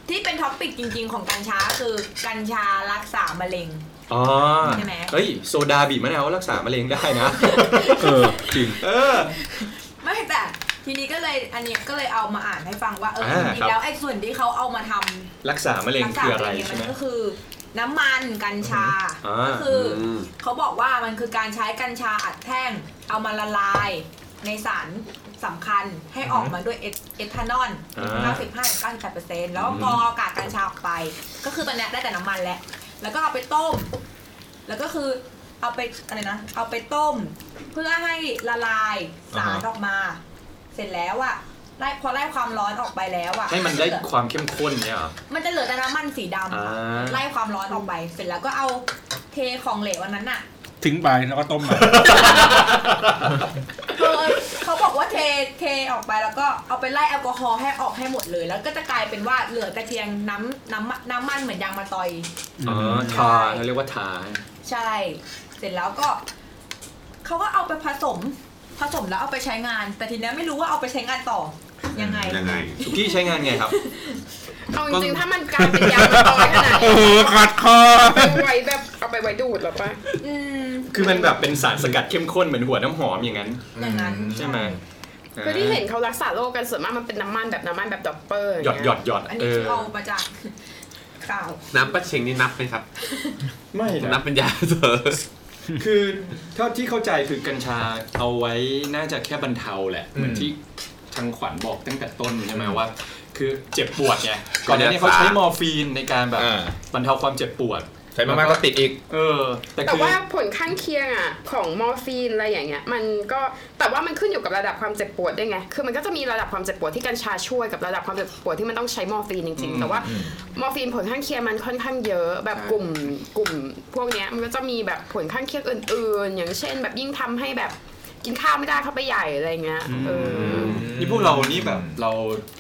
S5: ที่เป็นท็อปปิกจริง ๆ ของกัญชาคือกัญชารักษามะเร็ง
S2: อ๋อ
S5: ใช่ไหม
S2: เฮ้ย โซดาบีบมะนาวรักษามะเร็งได้นะ
S3: เออจริง
S2: เออ
S5: ไม่แต่ทีนี้ก็เลยอันนี้ก็เลยเอามาอ่านให้ฟังว่าเออจ
S2: อ่า
S5: ริ
S2: ครั
S5: ง
S2: บ
S5: ๆแล้วไอ้ส่วนที่เขาเอามาทำ
S2: รักษามะเร็ง
S5: รักษา
S2: คืออะไร
S5: มะเร็ง
S2: ใช่ไหม
S5: เนี่ยมันก็คือน้ำมันกัญชา
S2: อือฮึอ่า
S5: ก็คืออ
S4: ม
S5: เขาบอกว่ามันคือการใช้กัญชาอัดแท่ง เอามาละลายในสารสำคัญให้ออกมาด้วยเอทเอทานอล95-98%แล้วก็กรองอากาศกัญชาออกไป ก็คือตอนเนี้ยได้แต่น้ำมันแหละ แล้วก็เอาไปต้ม แล้วก็คือเอาไปอะไรนะ เอาไปต้ม เพื่อให้ละลายสาร
S1: อ่าฮะ
S5: ออกมา เสร็จแล้วอะไล่พอไล่ความร้อนออกไปแล้วอะ
S2: ให้มันได้ความเข้มข้นเนี่ยเหรอ
S5: มันจะเหลือแต่น้ำมันสีด
S2: อ่า
S5: ำไล่ความร้อนออกไป เสร็จแล้วก็เอาเทของเหลวอันนั้นน่ะ
S3: ทิ้งไปแล้วก็ต้มใหม่
S5: เออเขา บอกว่าเทเทออกไปแล้วก็เอาไปไล่แอลกอฮอล์ให้ออกให้หมดเลย แล้วก็จะกลายเป็นว่าเหลือแต่เพียงน้ำน้ำน้ำมันเหมือนยางมะตอย
S2: อ๋อทาเราเรียกว่าทา
S5: ใช่ เสร็จแล้วก็เขาก็เอาไปผสม ผสมแล้วเอาไปใช้งาน แต่ทีเนี้ยไม่รู้ว่าเอาไปใช้งานต่อยังไง
S4: ยังไง
S2: สุกี้ใช้งานไงครับ
S6: เอาจริงๆถ้ามันกลายเป็นยางมะตอยขนาด
S3: โอ้โห
S6: นี้
S3: ขัดคอ
S6: เอาไว้แบบเอาไปไว้ดูดหรอปะ
S5: อืม
S2: คือมันแบบเป็นสารสกัดเข้มข้นเหมือนหัวน้ำหอมอย่างนั้น
S5: อย่างนั้น
S2: ใช่ไหม
S6: คือที่เห็นเขารักษาโรคกันส่วนมากมันเป็นน้ำมันแบบน้ำมันแบบดอปเปอร์าง
S2: หยอด
S6: เงี้
S2: หยอดหยอด
S5: อัน
S2: เอ
S5: นี้
S2: อ
S5: คือเอามาจาก ข่าว
S4: น้ำปลาเชงนี่นับไหมครับ
S2: ไม่นะ
S4: นับเป็นยาเสริม
S2: คือเท่าที่เข้าใจคือกัญชาเอาไว้น่าจะแค่บรรเทาแหละ
S1: อืม
S2: เหมือนที่ทางขวัญบอกตั้งแต่ต้นใช่ไหมว่า คือเจ็บปวดไง
S4: ก็
S2: ก่อนห
S4: รั
S2: น้าก
S4: ษา
S2: นี้เขาใช้มอร์ฟีนในการแบบ
S1: อ่า
S2: บรรเทาความเจ็บปวด
S1: ใช้มากๆก็ ติดอีก
S2: เออ แต่
S6: แต่
S2: คือ
S6: ว่าผลข้างเคียงอ่ะของมอร์ฟีนอะไรอย่างเงี้ยมันก็แต่ว่ามันขึ้นอยู่กับระดับความเจ็บปวดด้วยไงคือมันก็จะมีระดับความเจ็บปวดที่กัญชาช่วยกับระดับความเจ็บปวดที่มันต้องใช้มอร์ฟีนจริงๆ แต่ว่ามอร์ฟีนผลข้างเคียงมันค่อนข้างเยอะแบบกลุ่มกลุ่ม พวกเนี้ยมันก็จะมีแบบผลข้างเคียงอื่น ๆ อย่างเช่น แบบยิ่งทำให้แบบกินข้าวไม่ได้เข้าไปใหญ่อะไรเงี้ยเออ
S2: นี่พวกเรานี่แบบเรา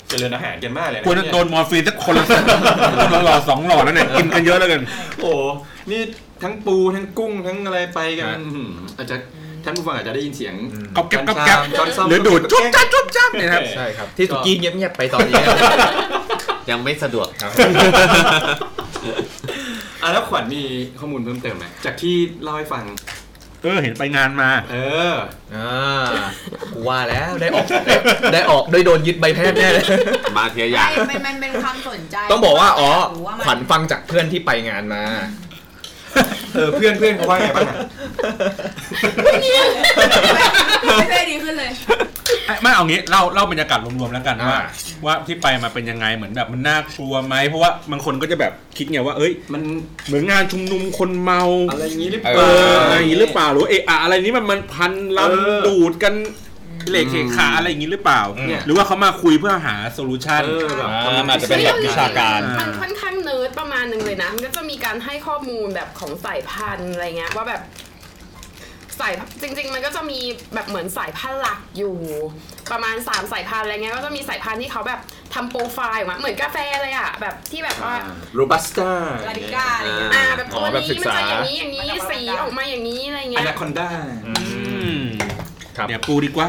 S2: เจริญอาหารกันมากเลยนะ
S3: ควรจะ
S2: เนี่ย
S3: โดนมอร์ฟีนสักคนละ คนละหลอดสองหลอดแล้วเนี่ย กินกันเยอะแล้วกัน
S2: โอ้โหนี่ทั้งปูทั้งกุ้งทั้งอะไรไปกัน
S1: ฮะ
S2: อื้อหืออาจจะท่านผู้ฟังอาจจะได้ยินเสียง
S3: ก๊อบแก๊บก๊อบแก๊บ
S2: ช้อนซ่อม
S3: หรือดูดจุ๊บจ้าจุ๊บจ้าเนี่ยครับ
S1: ใช่ครับ ที่สุกี้เงียบๆไปตอนนี้
S4: ยังไม่สะดวก
S1: ครับ
S2: อ่ะแล้วขวัญมีข้อมูลเพิ่มเติมไหมจากที่เล่าให้ฟัง
S3: เออ เห็นไปงานมา
S2: เออ
S1: อ่ากูว่าแล้วได้ออกได้ออกโดยโดนยึดใบแพทย์แน่เลย
S4: มาเทียอยา
S5: ใช่
S4: ง
S5: มันมันเป็นความสนใจ
S1: ต้องบอกว่าอ๋อ
S5: หรืามั
S1: ข
S5: น
S1: วัญฟังจากเพื่อนที่ไปงานมา
S2: เออเพื่อนเพื่อนเขาว่าไงบ้างอะ
S5: ไม่ได้ดีขึ้นเลย
S3: ไอ้ไม่เอางี้เล่าเล่าบรรยากาศรวมๆแล้วกัน
S1: อ่า
S3: ว่าว่าที่ไปมาเป็นยังไงเหมือนแบบมันน่ากลัวไหมเพราะว่าบางคนก็จะแบบคิดไงว่าเอ้ย
S2: มัน
S3: เหมือนงานชุมนุมคนเมา
S2: อะไรอย่างนี้หรือเป
S3: เอ
S2: ล่า
S3: ออะไรอย่างนี้หรือเปล่าหรือว่าเอะอะอะไรนี้มันมันพันล
S2: เออ
S3: ำดูดกันเหล็กเขกขาอะไรอย่างนี้หรือเปล่า
S2: เนี่ย
S3: หรือว่าเขามาคุยเพื่อหาโซลูชัน
S2: เออแบบ
S1: อ่ามันอาจจะเป็นแบบวิชาการ
S6: มันค่อนข้างเนิร์ดประมาณหนึ่งเลยนะ มันก็จะมีการให้ข้อมูลแบบของสายพันธุ์อะไรเงี้ยว่าแบบสายจริง ๆ มันก็จะมีแบบเหมือนสายพันธุ์หลักอยู่ ประมาณสามสายพันธุ์อะไรเงี้ยก็จะมีสายพันธุ์ที่เขาแบบทำโปรไฟล์ออกมาเหมือนกาแฟเลยอะแบบที่แบบว่า
S2: โรบัสต้า
S5: ลาดิก้าอะไรอย่างเงี้ย
S6: อ่าแบบตัว
S1: อ๋อแบบ
S6: นี้
S1: ศึก
S6: มัน
S1: ษา
S6: จะอย่างนี้อย่างนี้
S5: มันจะ
S6: สีออกมาอย่างนี้อะไร
S2: อ
S6: เงี้ย
S2: นาคอนด้า
S1: ครับ
S3: เดี๋ยวปูดีกว่า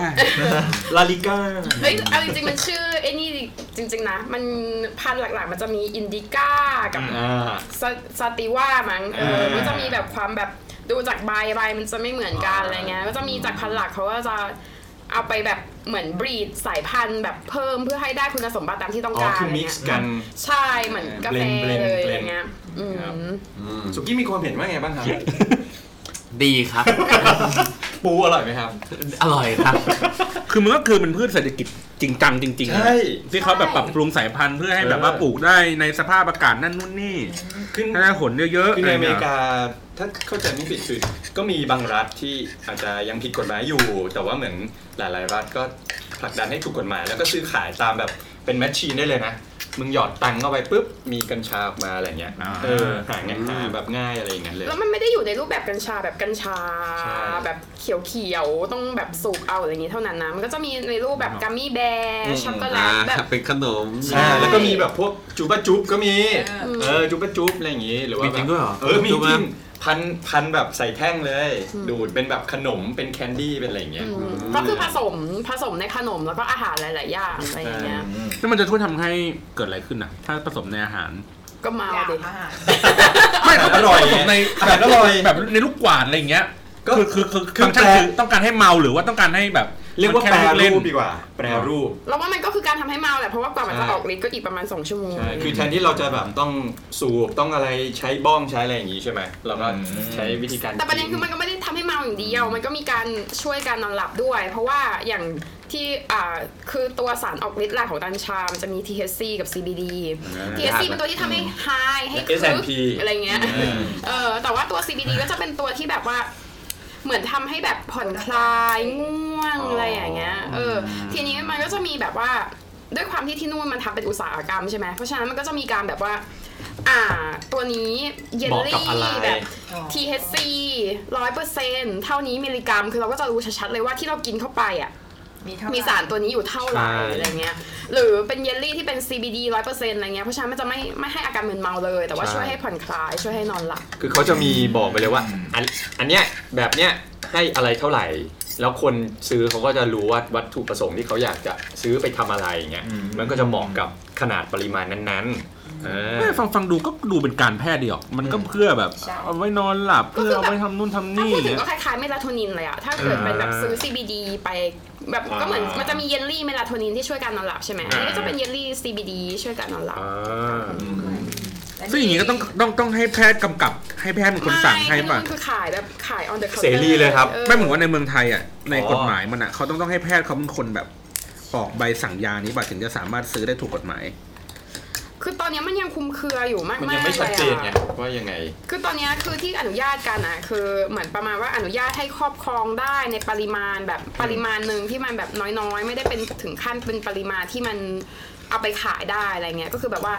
S2: ลาลิก้า
S6: เฮ้ยเอาจริงๆมันชื่อไอ้นี่จริง ๆ นะ มันพันธุ์หลักๆ มันจะมีอินดิก้ากับ ซาซาติว่ามั้งเออ
S2: อ่ามั
S6: มันจะมีแบบความแบบดูจากใบใบมันจะไม่เหมือนกันอะไรเงี้ยก็จะมีจากพันธุ์หลักเขาก็จะเอาไปแบบเหมือนบรีดสายพันธุ์แบบเพิ่มเพื่อให้ได้คุณสมบัติตามที่ต้อง
S2: อ๋อ
S6: การ
S2: คือ
S6: อะไร
S2: มิก
S6: เงี้ย
S2: ซ์กัน
S6: ใช่เหมือนกาแฟ
S2: blend blend
S6: เลยอะไร
S2: blend
S6: เงี้ยอืม
S2: ครับ สุกี้มีความเห็นว่าไง บ้างครับ
S4: ดีครับ
S2: ปูอร่อยไหมครับ
S4: อร่อยครับ
S3: คือมันก็คือมันพืชเศรษฐกิจจริงจังจริงๆนะ
S2: ใช่
S3: ที่เขาแบบปรับปรุงสายพันธุ์เพื่อให้แบบว่าปลูกได้ในสภาพอากาศนั่นนู่นนี่
S2: ขึ้น
S3: ให้ได้ผลเยอะๆ
S2: คือในอเมริกาถ้าเข้าใจไม่ผิดคือก็มีบางรัฐที่อาจจะยังผิดกฎหมายอยู่ แต่ว่าเหมือนหลาย ๆ รัฐก็ผลักดันให้ถูกกฎหมาย แล้วก็ซื้อขายตามแบบเป็นแมชชีนได้เลยนะ มึงหยอดตังค์เข้าไปปุ๊บ มีกัญชาออกมาอะไรเงี้ย
S3: อ่า
S2: เออหาง่ายหาแบบง่ายอะไรอย่างเงี้ยเลย
S6: แล้วมันไม่ได้อยู่ในรูปแบบกัญชาแบบกัญชา
S2: ใช่
S6: แบบเขียวๆต้องแบบสูบเอาอะไรอย่างงี้เท่านั้นนะมันก็จะมีในรูปแบบกัมมี่แบร์ช็อกโกแล
S4: อ่า
S6: ตแบบ
S4: เป็นขนม
S6: ใช่
S2: อ่าแล้วก็มีแบบพวกจูบะจุ๊บก็มี
S5: เออ
S2: เออจูบะจุ๊บอะไรอย่างงี้หรือว่า
S4: มีจริงด้วยเหรอ
S2: เออมีจ
S4: จูบะ
S2: ริงพันพันแบบใส่แท่งเลย ดูดเป็นแบบขนมเป็นแคนดี้เป็นอะไรอย่างเงี้ย
S6: อืมก็คือผสมผสมในขนมแล้วก็อาหารหลายๆอย่างอะไรอย่างเงี้ย
S3: นี่มันจะช่วยทำให้เกิดอะไรขึ้นอ่ะ ถ้าผสมในอาหาร
S6: ก็เมา
S5: อยาก
S6: ดิ
S5: อาหาร
S3: ไม่ผ
S2: อร่อย
S3: สมใน
S2: อา
S3: แบ
S2: หาร
S3: บ
S2: อร่อย
S3: แบบในลูกกวาดอะไรอย่างเงี้ย
S2: ก็
S3: คือคือคือ
S2: คือ
S3: ฟังก์ชัน
S2: แปล
S3: คือต้องการให้เมาหรือว่าต้องการให้แบบ
S2: เรียกว่า
S3: มัน
S2: แปร
S3: ค่ลูเล่น
S2: รูปดีกว่า แปรรูป
S6: เราว่ามันก็คือการทำให้เมาแหละเพราะว่ากว่ามันจะ
S2: ใช่
S6: ออกฤทธิ์ก็อีกประมาณ 2 ชั่วโมง
S2: ใช่ คือแทนที่เราจะแบบต้องสูบต้องอะไรใช้บ้องใช้อะไรอย่างนี้ใช่ไหม เราก็
S1: อืม
S2: ใช้วิธีการ
S6: แต่ประเด็นคือมันก็ไม่ได้ทำให้เมาอย่างเดียว มันก็มีการช่วยการนอนหลับด้วย เพราะว่าอย่างที่อ่าคือตัวสารออกฤทธิ์หลักของกัญชา มันจะมี THC กับ CBD THC เป็นตัวที่ทำให้ไฮให้ค
S2: เอสแอน
S6: ลึก
S2: พี
S6: อะไรเงี้ย เออแต่ว่าตัว CBD ก็จะเป็นตัวที่แบบว่าเหมือนทำให้แบบผ่อนคลายง่วงอะไรอย่างเงี้ยเอออทีนี้มันก็จะมีแบบว่าด้วยความที่ที่นู่นมันทำเป็นอุตสาหกรรมใช่ไหมเพราะฉะนั้นมันก็จะมีการแบบว่า อ่าตัวนี้เยล
S2: เหมาะกับ
S6: ลี่
S2: อะไร
S6: แบบ THC ร้อยเปอร์เซ็นต์เท่านี้มิลลิกรัม คือเราก็จะรู้ชัดๆเลยว่าที่เรากินเข้าไปอ่ะ
S5: มีเท่า
S6: มี
S5: มี
S6: สารตัวนี้อยู่เท่าไหร่
S2: ใช่
S6: อะไรเงี้ย หรือเป็นเยลลี่ที่เป็น CBD ร้อยเปอร์เซ็นต์อะไรเงี้ย เพราะฉะนั้นมันจะไม่ไม่ให้อาการมึนเมาเลย แต่ว่าช่วยให้ผ่อนคลาย ช่วยให้นอนหลับ
S2: คือเขาจะมีบอกไปเลยว่า อันอันเนี้ยแบบเนี้ยให้อะไรเท่าไหร่ แล้วคนซื้อเขาก็จะรู้ว่าวัตถุประสงค์ที่เขาอยากจะซื้อไปทำอะไรอย่างเงี้ย
S1: อืม
S2: มันก็จะเหมาะกับขนาดปริมาณนั้นๆเออ
S3: ฟังฟังดูก็ดูเป็นการแพทย์ดีออกมันก็เพื่อแบบเอาไว้นอนหลับ เพื่อเอาไว้ทำนู่นทำ
S6: ถ้า
S3: นี่
S6: พูดถึง
S3: เนี่ย
S6: ก็คล้ายๆเมลาโทนินเลยอะถ้าเกิดเป็นแบบซื้อ CBD ไปแบบก็เหมือนมันจะมีเยลลี่เมลาโทนินที่ช่วยการนอนหลับใช่ไหมอันนี้ก็จะเป็นเยลลี่ CBD ช่วยการนอนหลับ
S2: อ่า
S3: ซึ่งอย่างนี้ก็ต้องต้องต้องให้แพทย์กำกับ ให้แพทย์เป็นคนสั่งให้ป่ะ
S6: ไม่คือขายแบบขาย on the counter
S2: เสรีเลยครับ
S6: ออ
S3: ไม่เหมือนว่าในเมืองไทยอ่ะในกฎหมายมันอ่ะเขาต้องต้องให้แพทย์เขาเป็นคนแบบออกใบสั่งยานี้ป่ะถึงจะสามารถซื้อได้ถูกกฎหมาย
S6: คือตอนเนี้ยมันยังคลุมเครืออยู่มาก
S2: มัน
S6: ๆ
S2: ยังไม่ชัดเจนไง
S6: ลยอะ
S2: ว่ายังไง
S6: คือตอนเนี้ยคือที่อนุญาตกันอ่ะคือเหมือนประมาณว่าอนุญาตให้ครอบครองได้ในปริมาณแบบปริมาณหนึ่งที่มันแบบน้อยๆ ไม่ได้เป็นถึงขั้นเป็นปริมาณที่มันเอาไปขายได้อะไรเงี้ยก็คือแบบว่า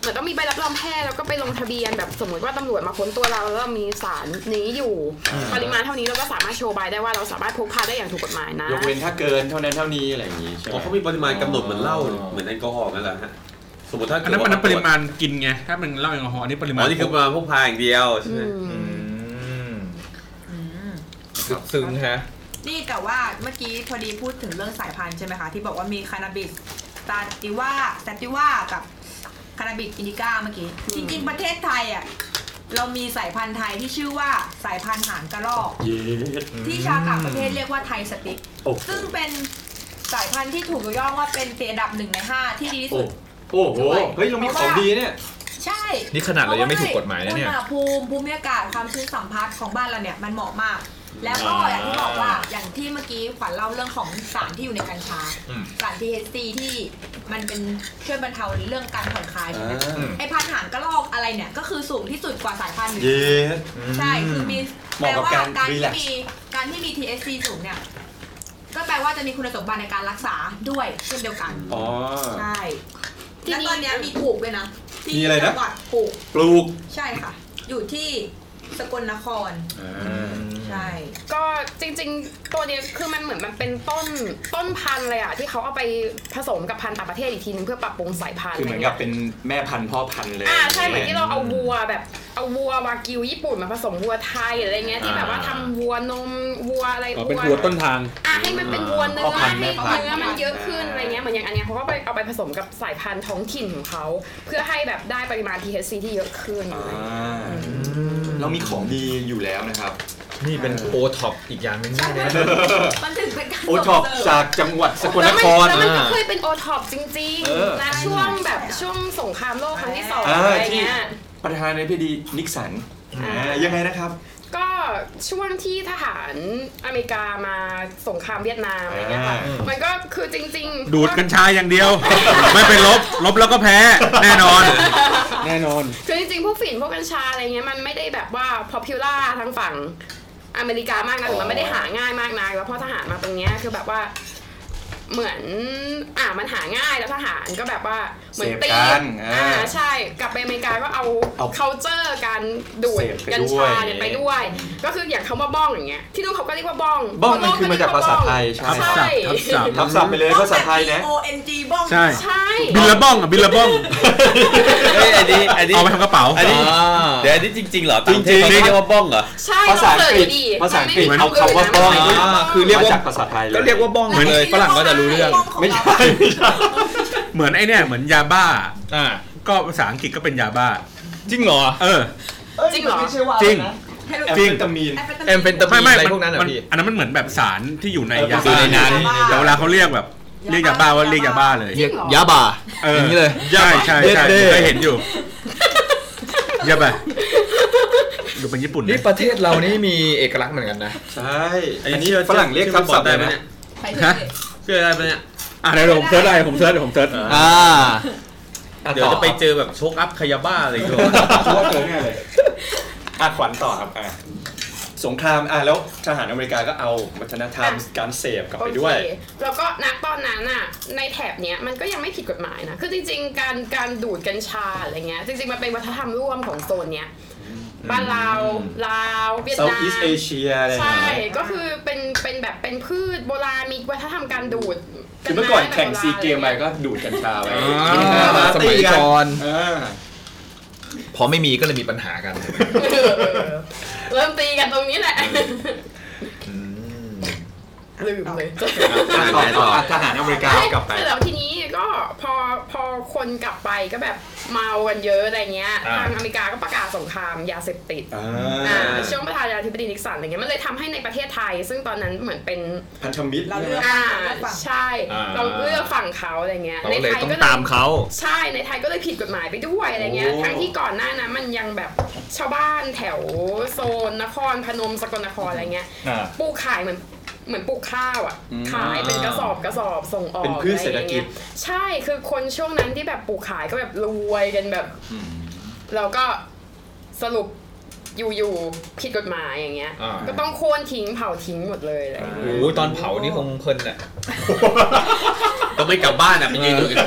S6: เหมือนต้องมีใบรับรองแพทย์แล้วก็ไปลงทะเบียนแบบสมมติว่าตำรวจมาค้นตัวเราแล้วเรามีสารนี้อยู่ ปริมาณเท่านี้เราก็สามารถโชว์ใบได้ว่าเราสามารถพกพาได้อย่างถูกกฎหมายนะ
S2: ยกเว้นถ้าเกินเท่านั้นเท่านี้อะไรอย่างงี้ใช่ไห
S4: อ๋
S2: ม
S4: อเขามีปริมาณกำหนดเหมือนเหล้าเหมือนแอลกอฮอล์นั่นแหละฮะสมมติถ้า
S3: อั
S4: เกิด
S3: นนั้น
S4: ว่
S3: มันนปริมาณกินไงถ้าเป็นเหล้าแอลกอฮอล์อันนี้ปริ
S4: อ๋
S3: มาณ
S4: อนี่คือปริมาณพกพาอย่างเดียวใช่ไหม
S1: อืมลึกซึ้งฮะ
S5: นี่แต่ว่าเมื่อกี้พอดีพูดถึงเรื่องสายพันธุ์ใช่ไหมคะ ที่บอกว่ามีคานาบิสซาติว่าซาติว่ากับคานาบิสอินดิก้าเมื่อกี้ จริง ๆ ประเทศไทยอ่ะเรามีสายพันธุ์ไทยที่ชื่อว่าสายพันธุ์หางกระรอก
S2: เย้
S5: ที่ชาวต่างประเทศเรียกว่าไทยสติ๊ก
S2: โอ้โห
S5: ซึ่งเป็นสายพันธุ์ที่ถูกยกย่องว่าเป็นเตียดับหนึ่งในห้าที่ดีที่
S2: โอ้
S5: สุด
S2: โอ้โห เฮ้ย เรามีของดีเนี่ย
S5: ใช่
S1: นี่ขนาดเรายังไม่ถูกกฎหมายนะเนี่ย
S5: อุณหภูมิภูมิอากาศความชื้นสัมผัสของบ้านเราเนี่ยมันเหมาะมาก แล้วก็อย่างที่บอกว่าอย่างที่เมื่อกี้ขวัญเล่าเรื่องของสารที่อยู่ในกัญชา
S1: อืม
S5: สาร THC ที่มันเป็นช่วยบรรเทาเรื่องการผ่อนคลายใช่ไหม
S1: อืม
S5: ไอพันธุ์หางกระรอกอะไรเนี่ย ก็คือสูงที่สุดกว่าสายพันธุ์อื่น
S2: เย้
S5: ใช่ คือมี
S2: เห
S5: แปล
S2: มาะกับ
S5: ว่า
S2: การ
S5: การที่
S2: relax
S5: มีการที่มี THC สูงเนี่ย ก็แปลว่าจะมีคุณสมบัติในการรักษาด้วยเช่นเดียวกัน
S2: อ๋อ
S5: ใช่
S6: ที่
S5: และ
S6: นี่
S5: ตอนเนี้ยมีปลูกด้วยนะที่
S2: มีอะไรนะ
S5: จังหวัดปลูก
S2: ปลูก
S5: ใช่ค่ะ อยู่ที่สกลนคร ใช่
S6: ก็จริงๆ ตัวเนี้ยคือมันเหมือนมันเป็นต้นต้นพันธุ์เลยอะที่เขาเอาไปผสมกับพันธุ์ต่างประเทศอีกทีนึงเพื่อปรับปรุงสายพันธุ์
S2: คือเหมือนกับเป็นแม่พันธุ์พ่อพันธุ์เลย
S6: อ่าใช่เหมือนที่เราเอาวัวแบบเอาวัววากิวญี่ปุ่นมาผสมวัวไทยอะไรเงี้ยที่แบบว่าทำวัวนมวัวอะไร
S3: อ๋อเป็นหัวต้นทาง
S6: อ่ะให้มันเป็นวัวเนื้
S2: พ่
S6: อ
S2: อพั
S6: ให้
S2: นธุ์แม่พันธุ์
S6: เนื้อมันเยอะขึ้นอะไรเงี้ยเหมือนอย่างอันเนี้ยเขาก็ไปเอาไปผสมกับสายพันธุ์ท้องถิ่นของเขาเพื่อให้แบบได้ปริมาณ THC ที่เยอะขึ้น
S2: อ่าเรามีของดีอยู่แล้วนะครับ
S1: นี่เป็นโอท็อปอีกอย่างหนึงด้วยนะ
S5: มันถึงเป็นการ
S2: โอท็อป
S5: ส่งเสริม
S2: จากจังหวัดสกลนคร
S6: แล้วมันแล้วมันก็
S1: อ่า
S6: เคยเป็นโอท็อปจริง
S2: เออ
S6: ๆนะช่วงแบบช่วงสงครามโลกครั้งที่สอง
S2: อ่า
S6: อะไร
S2: ที่
S6: เงี้ย
S2: ประธานาธิบดีนิกสัน
S6: อ่า
S2: อ่ายังไงนะครับ
S6: ก็ช่วงที่ทหารอเมริกามาสงครามเวียดนามอะไรเงี้ยค่ะ
S2: อ่า
S6: มันก็คือจริงๆ
S3: ดูดกัญชาอย่างเดียว ไม่ไปลบ ลบแล้วก็แพ้ แน่นอน แน่นอน
S6: คือจริงๆพวกฝิ่นพวกกัญชาอะไรเงี้ยมันไม่ได้แบบว่า popular ทางฝั่งอเมริกามากนะหรือมันไม่ได้หาง่ายมากนะแล้วพอทหารมาตรงเนี้ยคือแบบว่าเหมือนอ่ามันหาง่ายแล้วทหารก็แบบว่าเหมือนตี
S2: เสพกันอ่า
S6: อ่าใช่ กลับไปอเมริกาก็เอา
S2: เอา
S6: culture การดูด
S2: เสพไป
S6: กัญ
S2: ด้ว
S6: ชาย เนี่ยไปด้วย ก็คืออย่างคำว่าบ้องอย่างเงี้ยที่นู่นเขาก็เรียกว่าบ้อง
S2: บ้องมันคือมาจากภาษาไทยใช่
S3: ทับศัพท์ทับศัพ
S2: ทับศัพ
S3: ท์
S2: ท์ไปเลยภาษาไทยนะ
S5: O N G บ้อง
S3: ใช่
S6: ใช่
S3: บิลละบ้องอ่ะบิลละบ้อง
S4: เฮ้ยอันนี้อันนี้
S3: เอาไปทำกระเป๋า
S4: อันนี้
S1: อ่า
S4: เดี๋ยวอันนี้จริงๆเหรอ
S2: จริงๆ
S4: ต่างประเทศเขาเรียกว่าบ้องเหรอ
S6: ใช่
S2: ภาษาอังกฤษ
S6: ลงสิชดิ
S2: ภาษาอังกฤษ
S6: มัน
S2: เอา
S6: ไม่
S2: คำว่า
S6: มี
S2: บ้อง
S6: นนะ
S1: อ่าคือเรียก
S2: มา
S1: ว่า
S2: จากภาษาไทยล
S1: ก็เรียกว่าบ้อง
S3: เหมือน
S1: เลยฝรั่งก็จะรู้เรื่อง
S5: บ้ข
S2: ไม่
S5: รา
S2: ใช่ไม่ใช่
S3: เหมือนไอเนี่ยเหมือนยาบ้า
S1: อ่า
S3: ก็ภาษาอังกฤษก็เป็นยาบ้า
S1: จริงเหรอ
S3: เออ
S6: จริงเหรอ
S3: จริง
S2: แอม
S3: จริง
S2: เฟตามีน
S1: แอมเฟตา
S3: ไม่ไม่
S1: มีอะไร
S3: มัน
S1: พวกนั้นเหรอ
S3: มัน
S1: พี่
S3: อันนั้นมันเหมือนแบบสารที่อยู่ใน
S2: เออย
S3: า
S2: อยู่
S3: บ้า
S2: ในนั้น
S3: แต่เวลาเขาเรียกแบบเรียกยาบ้าว่าเรียกยาบ้าเลย
S6: จริงเหรอ
S1: ยาบ่า
S3: เออ
S1: อ
S3: อย่าง
S1: นี้เลย
S3: ใช่ใช่ใช่
S1: เด็ดๆ
S3: เคยเห็นอยู่เยอะไปดูเป็นญี่ปุ่น
S1: นี่
S3: นะ
S1: ประเทศเรานี่มีเอกลักษณ์เหมือนกันนะ
S2: ใช่ อันนี้ฝรั่งเรียกคำศัพท์
S4: ได้
S2: เลย
S4: ไหม
S2: นะ
S4: เนี่ย
S3: ฮะ
S4: เชื่อได้ไหมเนี่ย
S3: อ่ะเดี๋ยวผมเซิร์ชอะไรผมเซิร์ชเดี๋ยวผมเซิร์ช
S1: อ่า
S4: เดี๋ยวจะไปเจอแบบโชคอัพขยาบ้าอะไรอย่างเงี้ย
S2: ชัวร์เกินแน่เลยอ่ะขวัญต่อครับอ่ะสงครามอ่ะแล้วทหารอเมริกาก็เอาวัฒนธรรมการเสพกลับไปด้วย
S6: โอเคแล้วก็ณตอนนั้นน่ะในแถบเนี้ยมันก็ยังไม่ผิดกฎหมายนะ คือจริงๆ การการดูดกัญชาอะไรเงี้ยจริงๆ มันเป็นวัฒนธรรมร่วมของโซนเนี้ย บ้านเราว
S1: อืม
S6: ลาวเวียด
S2: เซาท์
S6: นา
S2: อีส
S6: ม
S2: เอเชียอะไรอย่าง
S6: ใช่
S2: เงี้ย
S6: ก็คือเป็นเป็นแบบเป็นพืชโบราณมีวัฒนธรรมการดูด
S2: คือเมื่อก่อนแข่ง
S6: บบ
S2: ซี
S6: โบราณ
S2: เกมไปก็ดูดกัญชาไว้
S1: กิ
S2: กิ
S1: น
S2: น
S1: ข้า
S2: ข้าวว
S1: มา
S2: มา
S1: ส
S2: ตี
S1: มัย
S2: กัน
S1: ก่อน
S2: อ่า
S1: พอไม่มีก็เลยมีปัญหากัน
S6: เออเริ่มตีกันตรงนี้แหละ
S1: อืม
S6: ลืมเลย
S2: ต่อทหารอเมริกากลับไป
S6: เสร็จแล้วทีนี้ก็พอพอคนกลับไปก็แบบเมากันเยอะอะไรเงี้ย
S1: อ่า
S6: ทางอเมริกาก็ประกาศสงครามยาเสพติด
S2: อ่า
S6: อ่าช่วงประธานาธิบดีนิกสันอะไรเงี้ยมันเลยทำให้ในประเทศไทย ซึ่งตอนนั้นเหมือนเป็น
S2: พันธมิตร
S5: เราเลือก
S6: อ่า
S5: ฝั่ง
S6: ใช่
S1: อ่า
S6: เราเลือกฝั่งเขาอะไรเงี้ย
S1: เรา
S6: ใน
S1: ก็เลย
S6: ไทย
S1: ต้อง
S6: ก็
S1: ตามเขา
S6: ใช่ในไทยก็เลยผิดกฎหมายไปด้วยอะไรเงี้ย
S1: โอ้
S6: ทั้งที่ก่อนหน้านั้นมันยังแบบชาวบ้านแถวโซนนครพนมสกลนครอะไรเงี้ย
S1: อ่า
S6: ปลูกขายเหมือนเหมือนปลูกข้าวอ่ะขายเป็นกระสอบกระสอบส่งออก
S2: เป็นพืชเศรษฐกิจ
S6: ใช่คือคนช่วงนั้นที่แบบปลูกขายก็แบบรวยกันแบบแล้วก็สรุปอยู่ๆผิดกฎหมายอย่างเงี้ย
S1: อ่า
S6: ก็ต้องโค่นทิ้งเผาทิ้งหมดเลยอะไรอย่างเงี้ย
S1: โอ้ยตอนเผานี่คงเพลินอ่ะ
S4: ต้องไม่กลับบ้านอ่ะไปยืนอยู่กัน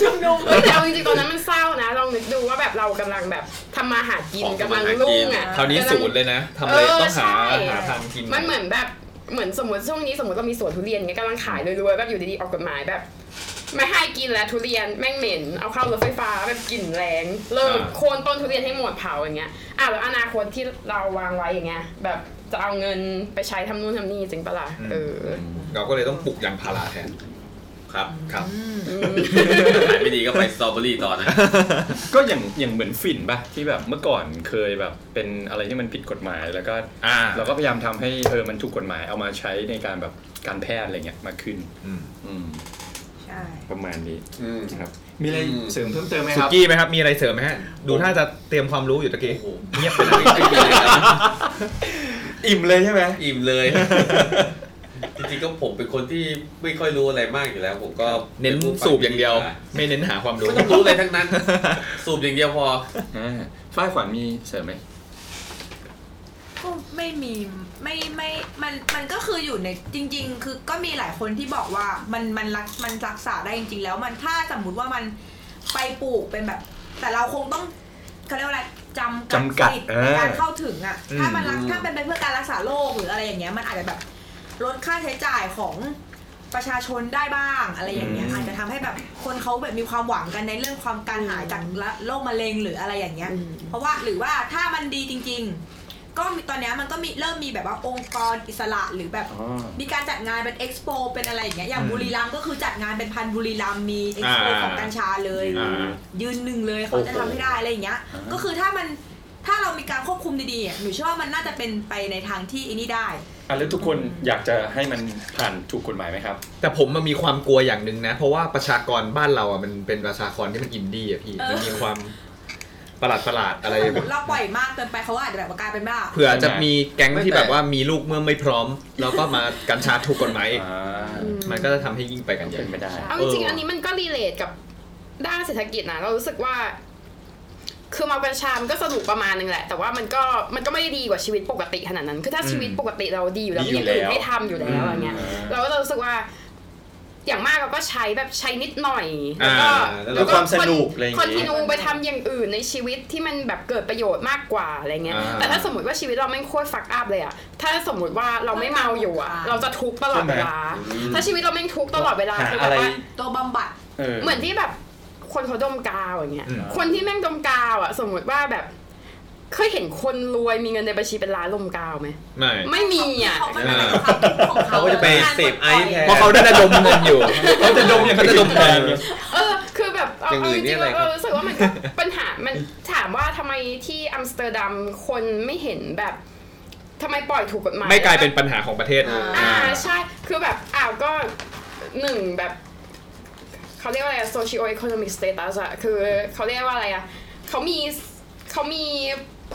S5: ชุมนุม
S6: เฮ้ยแต่เอาจริงๆตอนนั้นมันเศร้านะลองนึกดูว่าแบบเรากำลังแบบทำมาหากิน
S4: ออก
S6: กำ
S4: กำลั
S6: ลั
S4: งหากิ
S6: ง
S4: น
S6: รุ่งอ่ะ
S1: คราวนี้
S6: กำลัง
S1: ศูนย์เลยนะทำเลยต้องหา
S6: เใช่
S1: หาทางกิน
S6: มันเหมือนแบบเหมือนสมมติช่วงนี้สมมติเรามีสวนทุเรียนเงี้ยกำลังขายรวยๆแบบอยู่ดีๆออกกฎหมายแบบ ไม่ให้กินแล้วทุเรียนแม่งเหม็นเอาเข้ารถไฟฟ้าแบบกลิ่นแรงเลิก
S1: อ่า
S6: โค่นต้นทุเรียนให้หมดเผาอย่างเงี้ยอ่ะแล้วอนาคตที่เราวางไว้อย่างเงี้ยแบบจะเอาเงินไปใช้ทำนู่นทำนี่จริงปะล่ะเอออ
S1: เราก็เลยต้องปลูกยางพาราแทน
S4: ครับ
S1: ครับ
S4: หายไม่ดีก็ไปสตรอเบอรี่ต่อนะ
S2: ก็อย่างอย่างเหมือนฝิ่นป่ะ ที่แบบเมื่อก่อนเคยแบบเป็นอะไรที่มันผิดกฎหมายแล้วก็
S1: อ่า
S2: เราก็พยายามทำให้เออมันถูกกฎหมายเอามาใช้ในการแบบการแพทย์อะไรเงี้ยมากขึ้น
S1: อืม
S2: อืม
S5: ใช่
S2: ประมาณนี้
S4: อืม
S2: ครับ มีอะไรเสริมเพิ่มเติมไหม
S1: สุ
S2: ครับ
S1: กี้ไหมครับ มีอะไรเสริมไหมฮะ ดูถ้าจะเตรียมความรู้อยู่ตะกี้
S4: โอ้โห
S1: เงียบไปเลย
S4: ไม่มีเลยนะ
S2: อิ่มเลยใช่ไหม
S4: อิ่มเลย จริงๆก็ผมเป็นคนที่ไม่ค่อยรู้อะไรมากอยู่แล้ว ผมก็
S1: เน้นสูบอย่างเดียว ไม่เน้นหาความรู้
S4: ไม่ต้องรู้อะไรทั้ งนั้น สูบอย่างเดียวพอ
S2: อ่าฝ้ายขวัญมีเสริมไหม
S5: ก็ไม่มีไม่ไม่มันมันก็คืออยู่ในจริง ๆ คือก็มีหลายคนที่บอกว่ามันมันรักมันรักษาได้จริง ๆ แล้วมันถ้าสมมติว่ามันไปปลูกเป็นแบบ แต่เราคงต้องเขาเรียกว่าอะไรจำกัด
S2: จำกัด
S5: สิทธิ์
S2: เอ
S5: ใน
S2: อ
S5: การเข้าถึงอ่ะ
S1: อืม
S5: ถ้ามันรักถ้าเป็นไปเพื่อการรักษาโรคหรืออะไรอย่างเงี้ยมันอาจจะแบบลดค่าใช้จ่ายของประชาชนได้บ้างอะไรอย่างเงี้ยอาจจะทำให้แบบคนเขาแบบมีความหวังกันในเรื่องความการหายจากโรคมะเร็งหรืออะไรอย่างเงี้ย
S6: อืม
S5: เพราะว่าหรือว่าถ้ามันดีจริง ๆ ก็มีตอนเนี้ยมันก็มีเริ่มมีแบบว่าองค์กรอิสระหรือแบบ
S2: อ๋อ
S5: มีการจัดงานเป็นเอ็กซ์โปเป็นอะไรอย่างเงี้ยอย่าง
S1: อืม
S5: บุรีรัมย์ก็คือจัดงานเป็นพันบุรีรัมย์มีเอ็กซ์โป
S1: อ่า
S5: ของกัญชาเลย
S1: อ่า
S5: ยืนหนึ่งเลยเขาจะทำให้ได้อะไรอย่างเงี้ย ก็คือถ้ามันถ้าเรามีการควบคุมดีๆอ่ะหนูเชื่อว่ามันน่าจะเป็นไปในทางที่อันนี้ได้
S2: อ่ะแล้วทุกคนอยากจะให้มันผ่านถูกกฎหมายไหมครับ
S1: แต่ผมมันมีความกลัวอย่างหนึ่งนะ เพราะว่าประชากรบ้านเราอ่ะมันเป็นประชากรที่มันอินดี้อ่ะพี่
S5: เออ
S1: มันมีความประหลาดประหลาดๆอะไร
S5: สมมติเราปล่อยมากเกินไปเขาอาจจะแบบว่ากลายเป็นว่า
S1: เผื่อจะมีแก๊งที่แบบว่ามีลูกเมื่อไม่พร้อม แล้วก็มากัญชาถูกกฎหมายอีก
S2: อ่า
S1: มันก็จะทำให้ยิ่งไปกันใหญ่
S2: เป็นไม่ได้
S6: เอาจริง
S1: เออ
S6: ๆ
S1: ว่ะ
S6: อันนี้มันก็รีเลทกับด้านเศรษฐกิจนะเรารู้สึกว่า คือมาประชามันก็สนุกประมาณนึงแหละ แต่ว่ามันก็มันก็ไม่ได้ดีกว่าชีวิตปกติขนาดนั้น คือถ้าชีวิตปกติเราดีอยู่แล้ว
S2: ดี
S6: มี
S2: อยู่
S6: อย่างอื่น
S2: แล้ว
S6: ให้ทำอยู่แล้วอย่างเงี้ย เราก็จะรู้สึกว่า อย่างมากเราก็ใช้แบบใช้นิดหน่อย แล้วก็
S1: อ่าแล้วก็
S2: ความสนุกอะไรอย่างงี้
S6: คอนติเนียไปทำอย่างอื่นในชีวิตที่มันแบบเกิดประโยชน์มากกว่าอะไรเงี้ย
S1: อ่า
S6: แต่ถ้าสมมติว่าชีวิตเราไม่งโคตรฟักอัพเลยอะถ้าสมมติว่าเราไม่เมาอยู่อะเราจะทุกข์ตลอดเวลา ถ้าชีวิตเราไม่งทุกข์ตลอดเวลา
S2: หา
S6: คือแบ
S2: อะไร
S6: บว่า
S5: ตัวบำบัด
S6: เหมือนที่แบบคนเขาดมกาวอย่างเงี้ย
S1: อืม
S6: คนที่แม่งดมกาวอ่ะ สมมติว่าแบบ เคยเห็นคนรวยมีเงินในบัญชีเป็นล้านลมกาวไหม
S1: ไม่
S6: ไม่มีอ่ะ
S5: เขาเป็นอะไรของเขาของเขา
S4: เขาก็จะไปเสพไอซ์แทน
S1: เพราะเขาได้ระดมเงินอยู่
S2: เขาจะดมอย่างจะดมแทน
S6: เออ คือแบบเอา
S4: อย่าง
S6: เอา
S4: อื่
S6: จ
S4: นนี่
S6: ริงๆ
S4: อะไรครั
S6: เรา
S4: บ
S6: รู้สึกว่ามันก็ปัญหา มันถามว่าทำไมที่อัมสเตอร์ดัมคนไม่เห็นแบบทำไมปล่อยถูกกฎหมาย
S1: ไม่กลายเป็นปัญหาของประเทศ
S6: อ่าใช่คือแบบอ้าวก็หนึ่งแบบเขาเรียกว่าอะไร socio economic status อะคือเขาเรียกว่าอะไรอะเขามีเขามี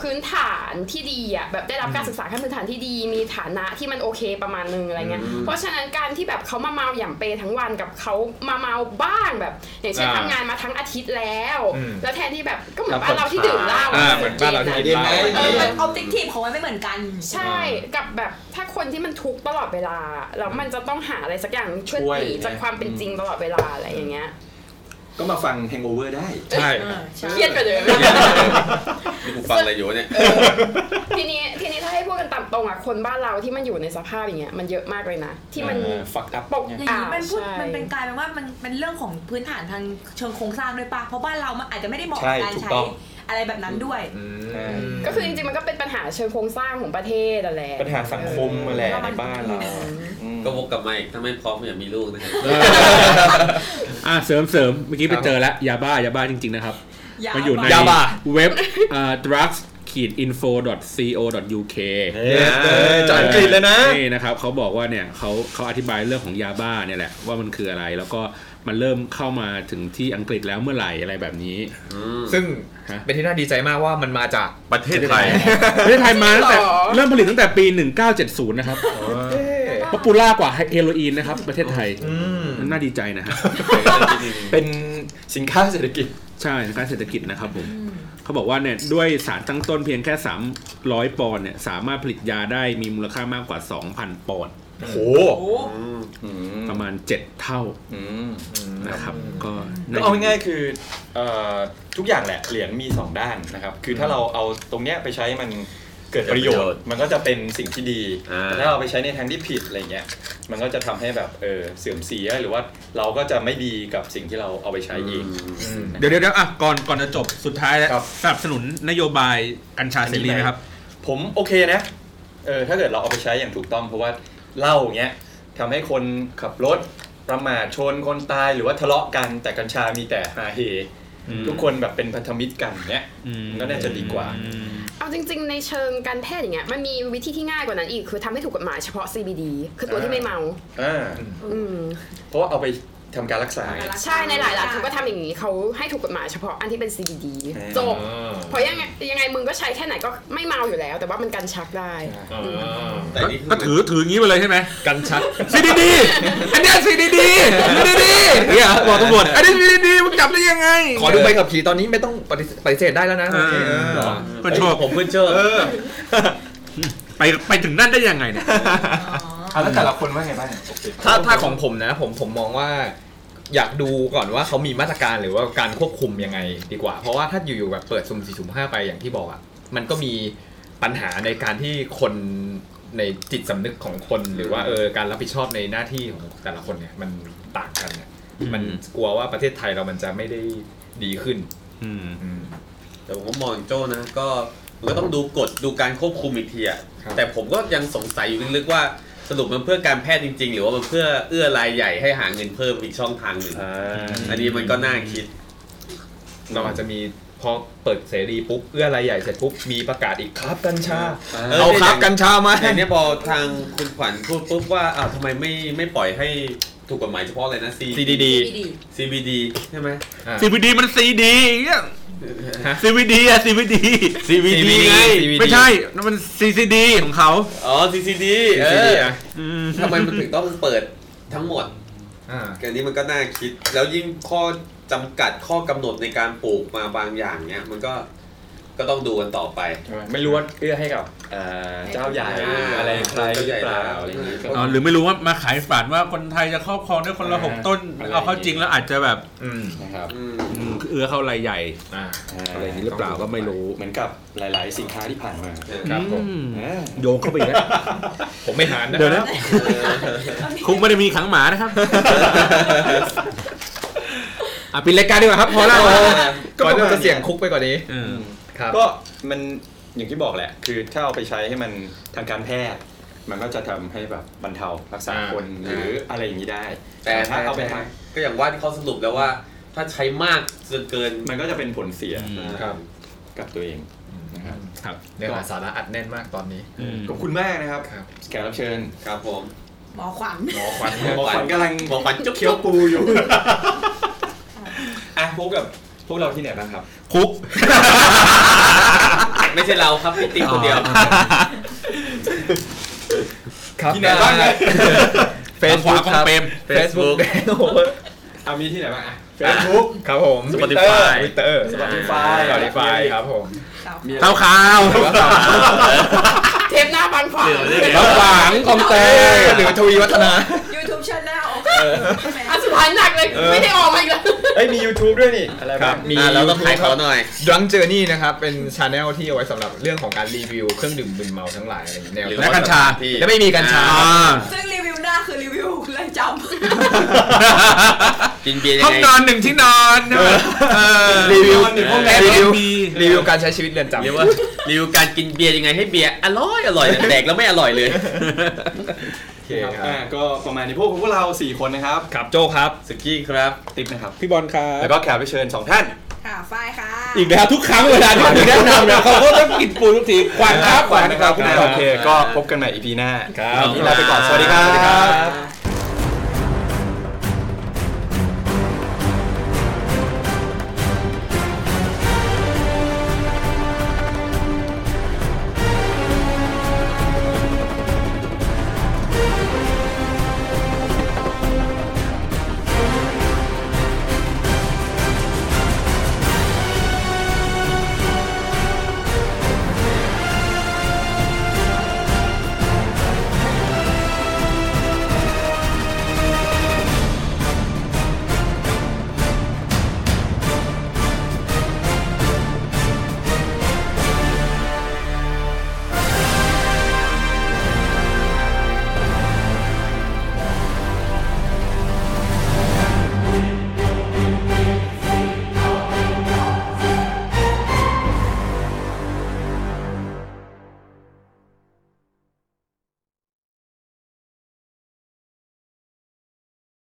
S6: พื้นฐานที่ดีอะแบบได้รับการศึกษาขั้นพื้นฐานที่ดี มีฐานะที่มันโอเคประมาณนึงอะไรเงี้ยเพราะฉะนั้นการที่แบบเขามาเมาหย่ำเปทั้งวันกับเขามาเมาบ้างแบบ อย่างเช่น
S1: อ่า
S6: ทำงานมาทั้งอาทิตย์แล้ว
S1: อืม
S6: แล้วแทนที่แบบก็เหมือนบ้านเราที่ดื่มเหล้า
S1: อ่าเหมือนบ้านเราที่กินเหล้า
S5: เออมันออบเจกตีฟของมันไม่เหมือนกัน
S6: ใช่กับแบบถ้าคนที่มันทุกข์ตลอดเวลาแล้วมันจะต้องหาอะไรสักอย่างช่วย
S2: ช่วย
S6: หนีจากความเป็นจริงตลอดเวลาอะไรอย่างเงี้ย
S2: ก็มาฟัง Hangover ได้
S1: ใช่
S5: เออใช่
S6: เครียดกว่าเดิม
S4: นี่กูฟังอะไรอยู่วะเนี่ย
S6: ทีนี้ทีนี้ถ้าให้พูดกันตามตรงอ่ะคนบ้านเราที่มันอยู่ในสภาพอย่างเงี้ยมันเยอะมากเลยนะที่มัน
S2: ฟักอัพ
S6: ปก
S5: อย่างนี้มันพูด
S6: อ่าใช่
S5: มันเป็นกลายเป็นว่ามันเป็นเรื่องของพื้นฐานทางเชิงโครงสร้างด้วยป่ะ เพราะบ้านเรามันอาจจะไม่ได้เหมาะกับการ
S2: ใช่ถูก
S5: ใช้
S2: ต้อง
S5: อะไรแบบนั้นด้วย
S6: ก็คือจริงๆมันก็เป็นปัญหาเชิงโครงสร้างของประเทศอะไร
S2: ปัญหาสังคมมาแหละในบ้านเราอืม
S4: ก็วกกลับมาอีกถ้าไม่พร้อมอย่ามีลูกนะครับ
S3: อ่ะเสริมเสริมเมื่อกี้ไป
S2: ครับ
S3: เจอแล้วยาบ้ายาบ้าจริง ๆ นะครับ
S5: อย่า
S3: มันอยู่ใน
S1: ยาบ้า
S3: เว็บอ่า drugs info co uk
S2: เฮ้ยเอ้ยจอดอังกฤษเลยนะ
S3: นี่นะครับเขาบอกว่าเนี่ยเขาเขาอธิบายเรื่องของยาบ้าเนี่ยแหละว่ามันคืออะไรแล้วก็มันเริ่มเข้ามาถึงที่อังกฤษแล้วเมื่อไหร่อะไรแบบนี้
S1: ซึ่ง
S3: ฮะ
S1: เป็นที่น่าดีใจมากว่ามันมาจาก
S4: ประเทศไทย
S3: ประเทศไทยมาตั้งแต่
S6: จริงเหรอ
S3: เริ่มผลิตตั้งแต่ปี 1970 นะครับป๊อปปูล่ากว่าเฮโรอีนนะครับ ประเทศไทย
S1: ม
S3: น่าดีใจนะครับ
S2: เป็นสินค้าเศรษฐกิจ
S3: ใช่ทางการเศรษฐกิจนะครับผมเขาบอกว่าเนี่ยด้วยสารตั้งต้นเพียงแค่ 300 ปอนด์เนี่ยสามารถผลิตยาได้มีมูลค่ามากกว่า 2,000 ปอนด์
S2: โอ้โห
S5: โอ้
S2: อื
S3: ประมาณ 7 เท่า
S2: อืม
S3: นะครับ ก็
S2: ก็
S3: น่า
S2: เอาง่ายๆคือเอ่อทุกอย่างแหละ เหรียญมี 2 ด้านนะครับ คือถ้าเราเอาตรงเนี้ยไปใช้มันเกิดประโยชน์ มันก็จะเป็นสิ่งที่ดี
S4: อ่า
S2: แต่ถ้าเราไปใช้ในทางที่ผิดอะไรเงี้ย มันก็จะทำให้แบบเออเสื่อมเสียหรือว่าเราก็จะไม่ดีกับสิ่งที่เราเอาไปใช้เอง
S3: เดี๋ยวเดี๋ยวอ่ะก่อนก่อนจะจบสุดท้ายแล้ว
S2: ครับ
S3: สนับสนุนนโยบายกัญชาเสรีไหมครับ
S2: ผมโอเคนะ เออถ้าเกิดเราเอาไปใช้อย่างถูกต้อง เพราะว่าเหล้าอย่างเงี้ยทำให้คนขับรถประมาทชนคนตายหรือว่าทะเลาะกันแต่กัญชามีแต่ฮาเฮทุกคนแบบเป็นพันธมิตรกันเนี้ย
S3: อืม
S2: มันก็น่าจะดีกว่า
S6: เอาจริง ๆ ในเชิงการแพทย์อย่างเงี้ยมันมีวิธีที่ง่ายกว่านั้นอีกคือทำให้ถูกกฎหมายเฉพาะ CBD คือตัวที่ไม่เมา
S2: อ่า
S6: อืม
S2: เพราะว่าเอาไปทำการรักษาไง
S6: ใช่ในหลายรัฐเขาก็ทำอย่างนี้เขาให้ถูกกฎหมายเฉพาะอันที่เป็น CBD
S2: อ่า
S6: จบเพราะยังไงยังไงมึงก็ใช้แค่ไหนก็ไม่เมาอยู่แล้ว แต่ว่ามันกันชักได้
S4: แต่นี่
S3: ก็
S4: คือ
S3: ถือถืออย่างนี้ไปเลยใช่ไหมกันชัดซีดีดีอันเนี้ซีดีดีซีดีดีเนี่ยบอกตำรวจอันนี้ซีดีดีมึงจับได้ยังไง
S1: ขอดูใบขับขี่ตอนนี้ไม่ต้องปฏิปฏิเสธได้แล้วนะ
S3: เออ
S1: เออ
S3: ก็โชค
S4: ผมเพื่อนเชื่อ
S3: ไปไปถึงนั่นได้ยังไงเนี่ย
S5: อ๋อ
S2: แล้วแต่ละคนว่าไงบ้าง
S1: ถ้าถ้าของผมนะผมผมมองว่าอยากดูก่อนว่าเขามีมาตรการหรือว่าการควบคุมยังไงดีกว่า เพราะว่าถ้าอยู่ๆแบบเปิดสุ่มสี่สุ่มห้าไปอย่างที่บอกอะ่ะมันก็มีปัญหาในการที่คนในจิตสำนึกของคนหรือว่าเออการรับผิดชอบในหน้าที่ของแต่ละคนเนี่ยมันต่างกันเนี่ย
S3: อืม
S1: มันกลัวว่าประเทศไทยเรามันจะไม่ได้ดีขึ้น
S3: อืม
S1: อืม
S4: แต่ผมก็มองโจ้นะก็มันก็ต้องดูกฎดูการควบคุมอีกทีอะ
S1: ครับ
S4: แต่ผมก็ยังสงสัยอยู่ลึกๆว่าสรุปมันเพื่อการแพทย์จริง ๆ หรือว่ามันเพื่อเอื้อรายใหญ่ให้หาเงินเพิ่มอีกช่องทางหนึ่งอันนี้มันก็น่าคิด
S1: เราอาจจะมีพอเปิดเสรีปุ๊บเอื้ออะไรายใหญ่เสร็จปุ๊บมีประกาศอีกครับกัญชา
S4: เออ
S1: เอาครับกัญชามา
S4: แต่เนี้ยพอทางคุณขวัญพูดปุ๊บว่าอ้าวทำไมไม่ไม่ปล่อยให้ถูกกฎหมายเฉพาะอะไรนะ C
S1: CDD
S4: CBD ใช่ไหม
S3: CVD มัน CD อย่างเงี้ย CVD อะ CVD
S1: CVD
S3: ไง
S1: CVD
S3: ไม่ใช่นั่นมัน CCD ของเขา
S4: อ๋อ CCD เอ
S1: CCD
S4: อ
S1: อะ
S3: อืม
S4: ทำไมมันถึงต้องเปิดทั้งหมด
S1: อ่า
S4: อันนี้มันก็น่าคิดแล้วยิ่งข้อจำกัดข้อกำหนดในการปลูกมาบางอย่างเนี้ยมันก็ก็ต้องดูกันต่อไป
S2: ไม่รู้ว่าเอื้อให้กับเอ่อเจ้าใหญ่หรืออะไรใครหรือเปล่าอะไรอย่างงี้ก็
S3: อ๋อหรือไม่รู้ว่ามาขายฝันว่าคนไทยจะครอบครองได้คนละหกต้น
S2: อะไร
S3: เอาเข้าจริงแล้วอาจจะแบบ
S1: อืม
S2: นะครับ
S4: อืม
S3: อืมเอื้อเข้ารายใหญ่
S1: อ่า
S3: อะไรนี้หรือเปล่าก็ไม่รู้
S2: เหมือนกับหลาย ๆ สินค้าที่ผ่านมา
S1: ครับผม
S3: อืม
S2: อ่า
S3: โยงเข้าไปอีกแล้ว
S1: ผมไม่หารนะ
S3: เดี๋ยวนะคุกไม่ได้มีขังหมา นะครับ อ่ะปิดรายการดีกว่าครับ พอแล้ว
S1: ก่อนที่เราจะเสี่ยงคุกไปกว่านี้
S3: เออ
S1: ครับ
S2: ก็มันอย่างที่บอกแหละ คือถ้าเอาไปใช้ให้มันทางการแพทย์ มันก็จะทำให้แบบบรรเทารักษา
S1: อ่า
S2: คนหรืออะไรอย่างนี้ได้
S4: แต่
S2: แต่
S4: ถ้า
S2: ถ้า
S4: เอา
S2: เอา
S4: ไป
S2: ไป
S4: ทา
S2: ทาง ง
S4: ก็อย่างว่าที่เขาสรุปแล้วว่า ถ้าใช้มากจนเกิน
S2: มันก็จะเป็นผลเสีย
S3: อืม
S1: ครับ
S2: กับตัวเองนะครับ
S3: ครับ
S1: เนื้อหาสาระอัดแน่นมากตอนนี้
S3: อืม
S2: ขอบคุณมากนะครับ
S1: ครับ
S2: แขกรับเชิญ
S4: ครับผม
S5: หมอขวัญ
S1: หมอควัน
S2: หมอขวัญกำลัง
S4: หมอขวัญจุ๊บ
S2: เคี้ยวปูอยู่ อ่ะพบกับพวกเราที่ไหนบ้างครับ
S3: คุก
S4: ไม่ใช่เราครับพี่ติ๊กคนเดียว
S1: ครับ
S2: ที่ไหนบ้างนะ
S1: เฟซบุ๊กครับเฟซบุ๊ก
S2: เอามีที่ไหนบ้างอ่ะ Facebook
S1: ครับผม
S4: Spotify
S1: ทวิตเตอร์
S2: Spotify
S1: สปอติฟายครับผม
S3: เท้าขาว
S6: เทปหน้าบางขวาง
S4: เดี๋ยวเดี๋ยว
S3: น้ำหวังคอมเตอร์
S1: หรือทวีวัฒนา
S5: YouTube Channel
S6: อ่ะสุดท้ายหนักเลยไม่ได้ออกมาอีกแล้ว
S2: เฮ้ยมี YouTube ด้วยนี่ อะไร
S1: ครับ
S2: ้า
S1: บ
S2: ง
S1: มี
S4: อ่ะเราต้องขายเขาหน่อย
S1: Drunk Journey นะครับ เป็นชาแนลที่เอาไว้สำหรับเรื่องของการรีวิวเครื่องดื่มมึนเมาทั้งหลายอะไรอย่างเงี้ย
S4: หรือ
S1: แนว
S4: ว่า
S1: กัญชา
S4: ที่
S1: และไม่มีกัญชา
S5: ซึ่งรีวิวหน้าคือรีวิวเรื่องจ
S4: กินเบียร์ยัง
S3: ห้อง
S4: ไง
S3: นอนหนึ่งที่นอนนะเออ
S1: รีวิว
S2: ห้องนอนหนึ่งห้องนอน
S1: รีวิว
S3: มี
S1: รีวิวการใช้ชีวิตเรือนจำ
S4: เรียกว่ารีวิวการกินเบียร์ยังไงให้เบียร์อร่อยอร่อยแต่แดกแล้วไม่อร่อยเลย
S1: โอเค
S2: ครับ
S1: ครับ
S2: อ่าก็ประมาณนี้พวกพวกเรา 4 คนนะครับ
S1: ครับโจครับ
S4: สุกี้ครับ
S2: ติ๊บนะครับ
S3: พี่บอลครับ
S2: แล้วก็แขกรับเชิญ 2 ท่าน
S5: ำค่ะฝ้ายค่ะ
S3: อีกแล้วทุกครั้งเวลาที่ผมแนะนำนะเขาก็ต้องกินปูทุกทีขวานครับขวานนะครับคุณนาย
S2: โอเค ก็พบกันใหม่ EP หน้า
S1: ครับ
S2: วันนี้ลาไปก่อน สวัสดีครับ
S1: ครับ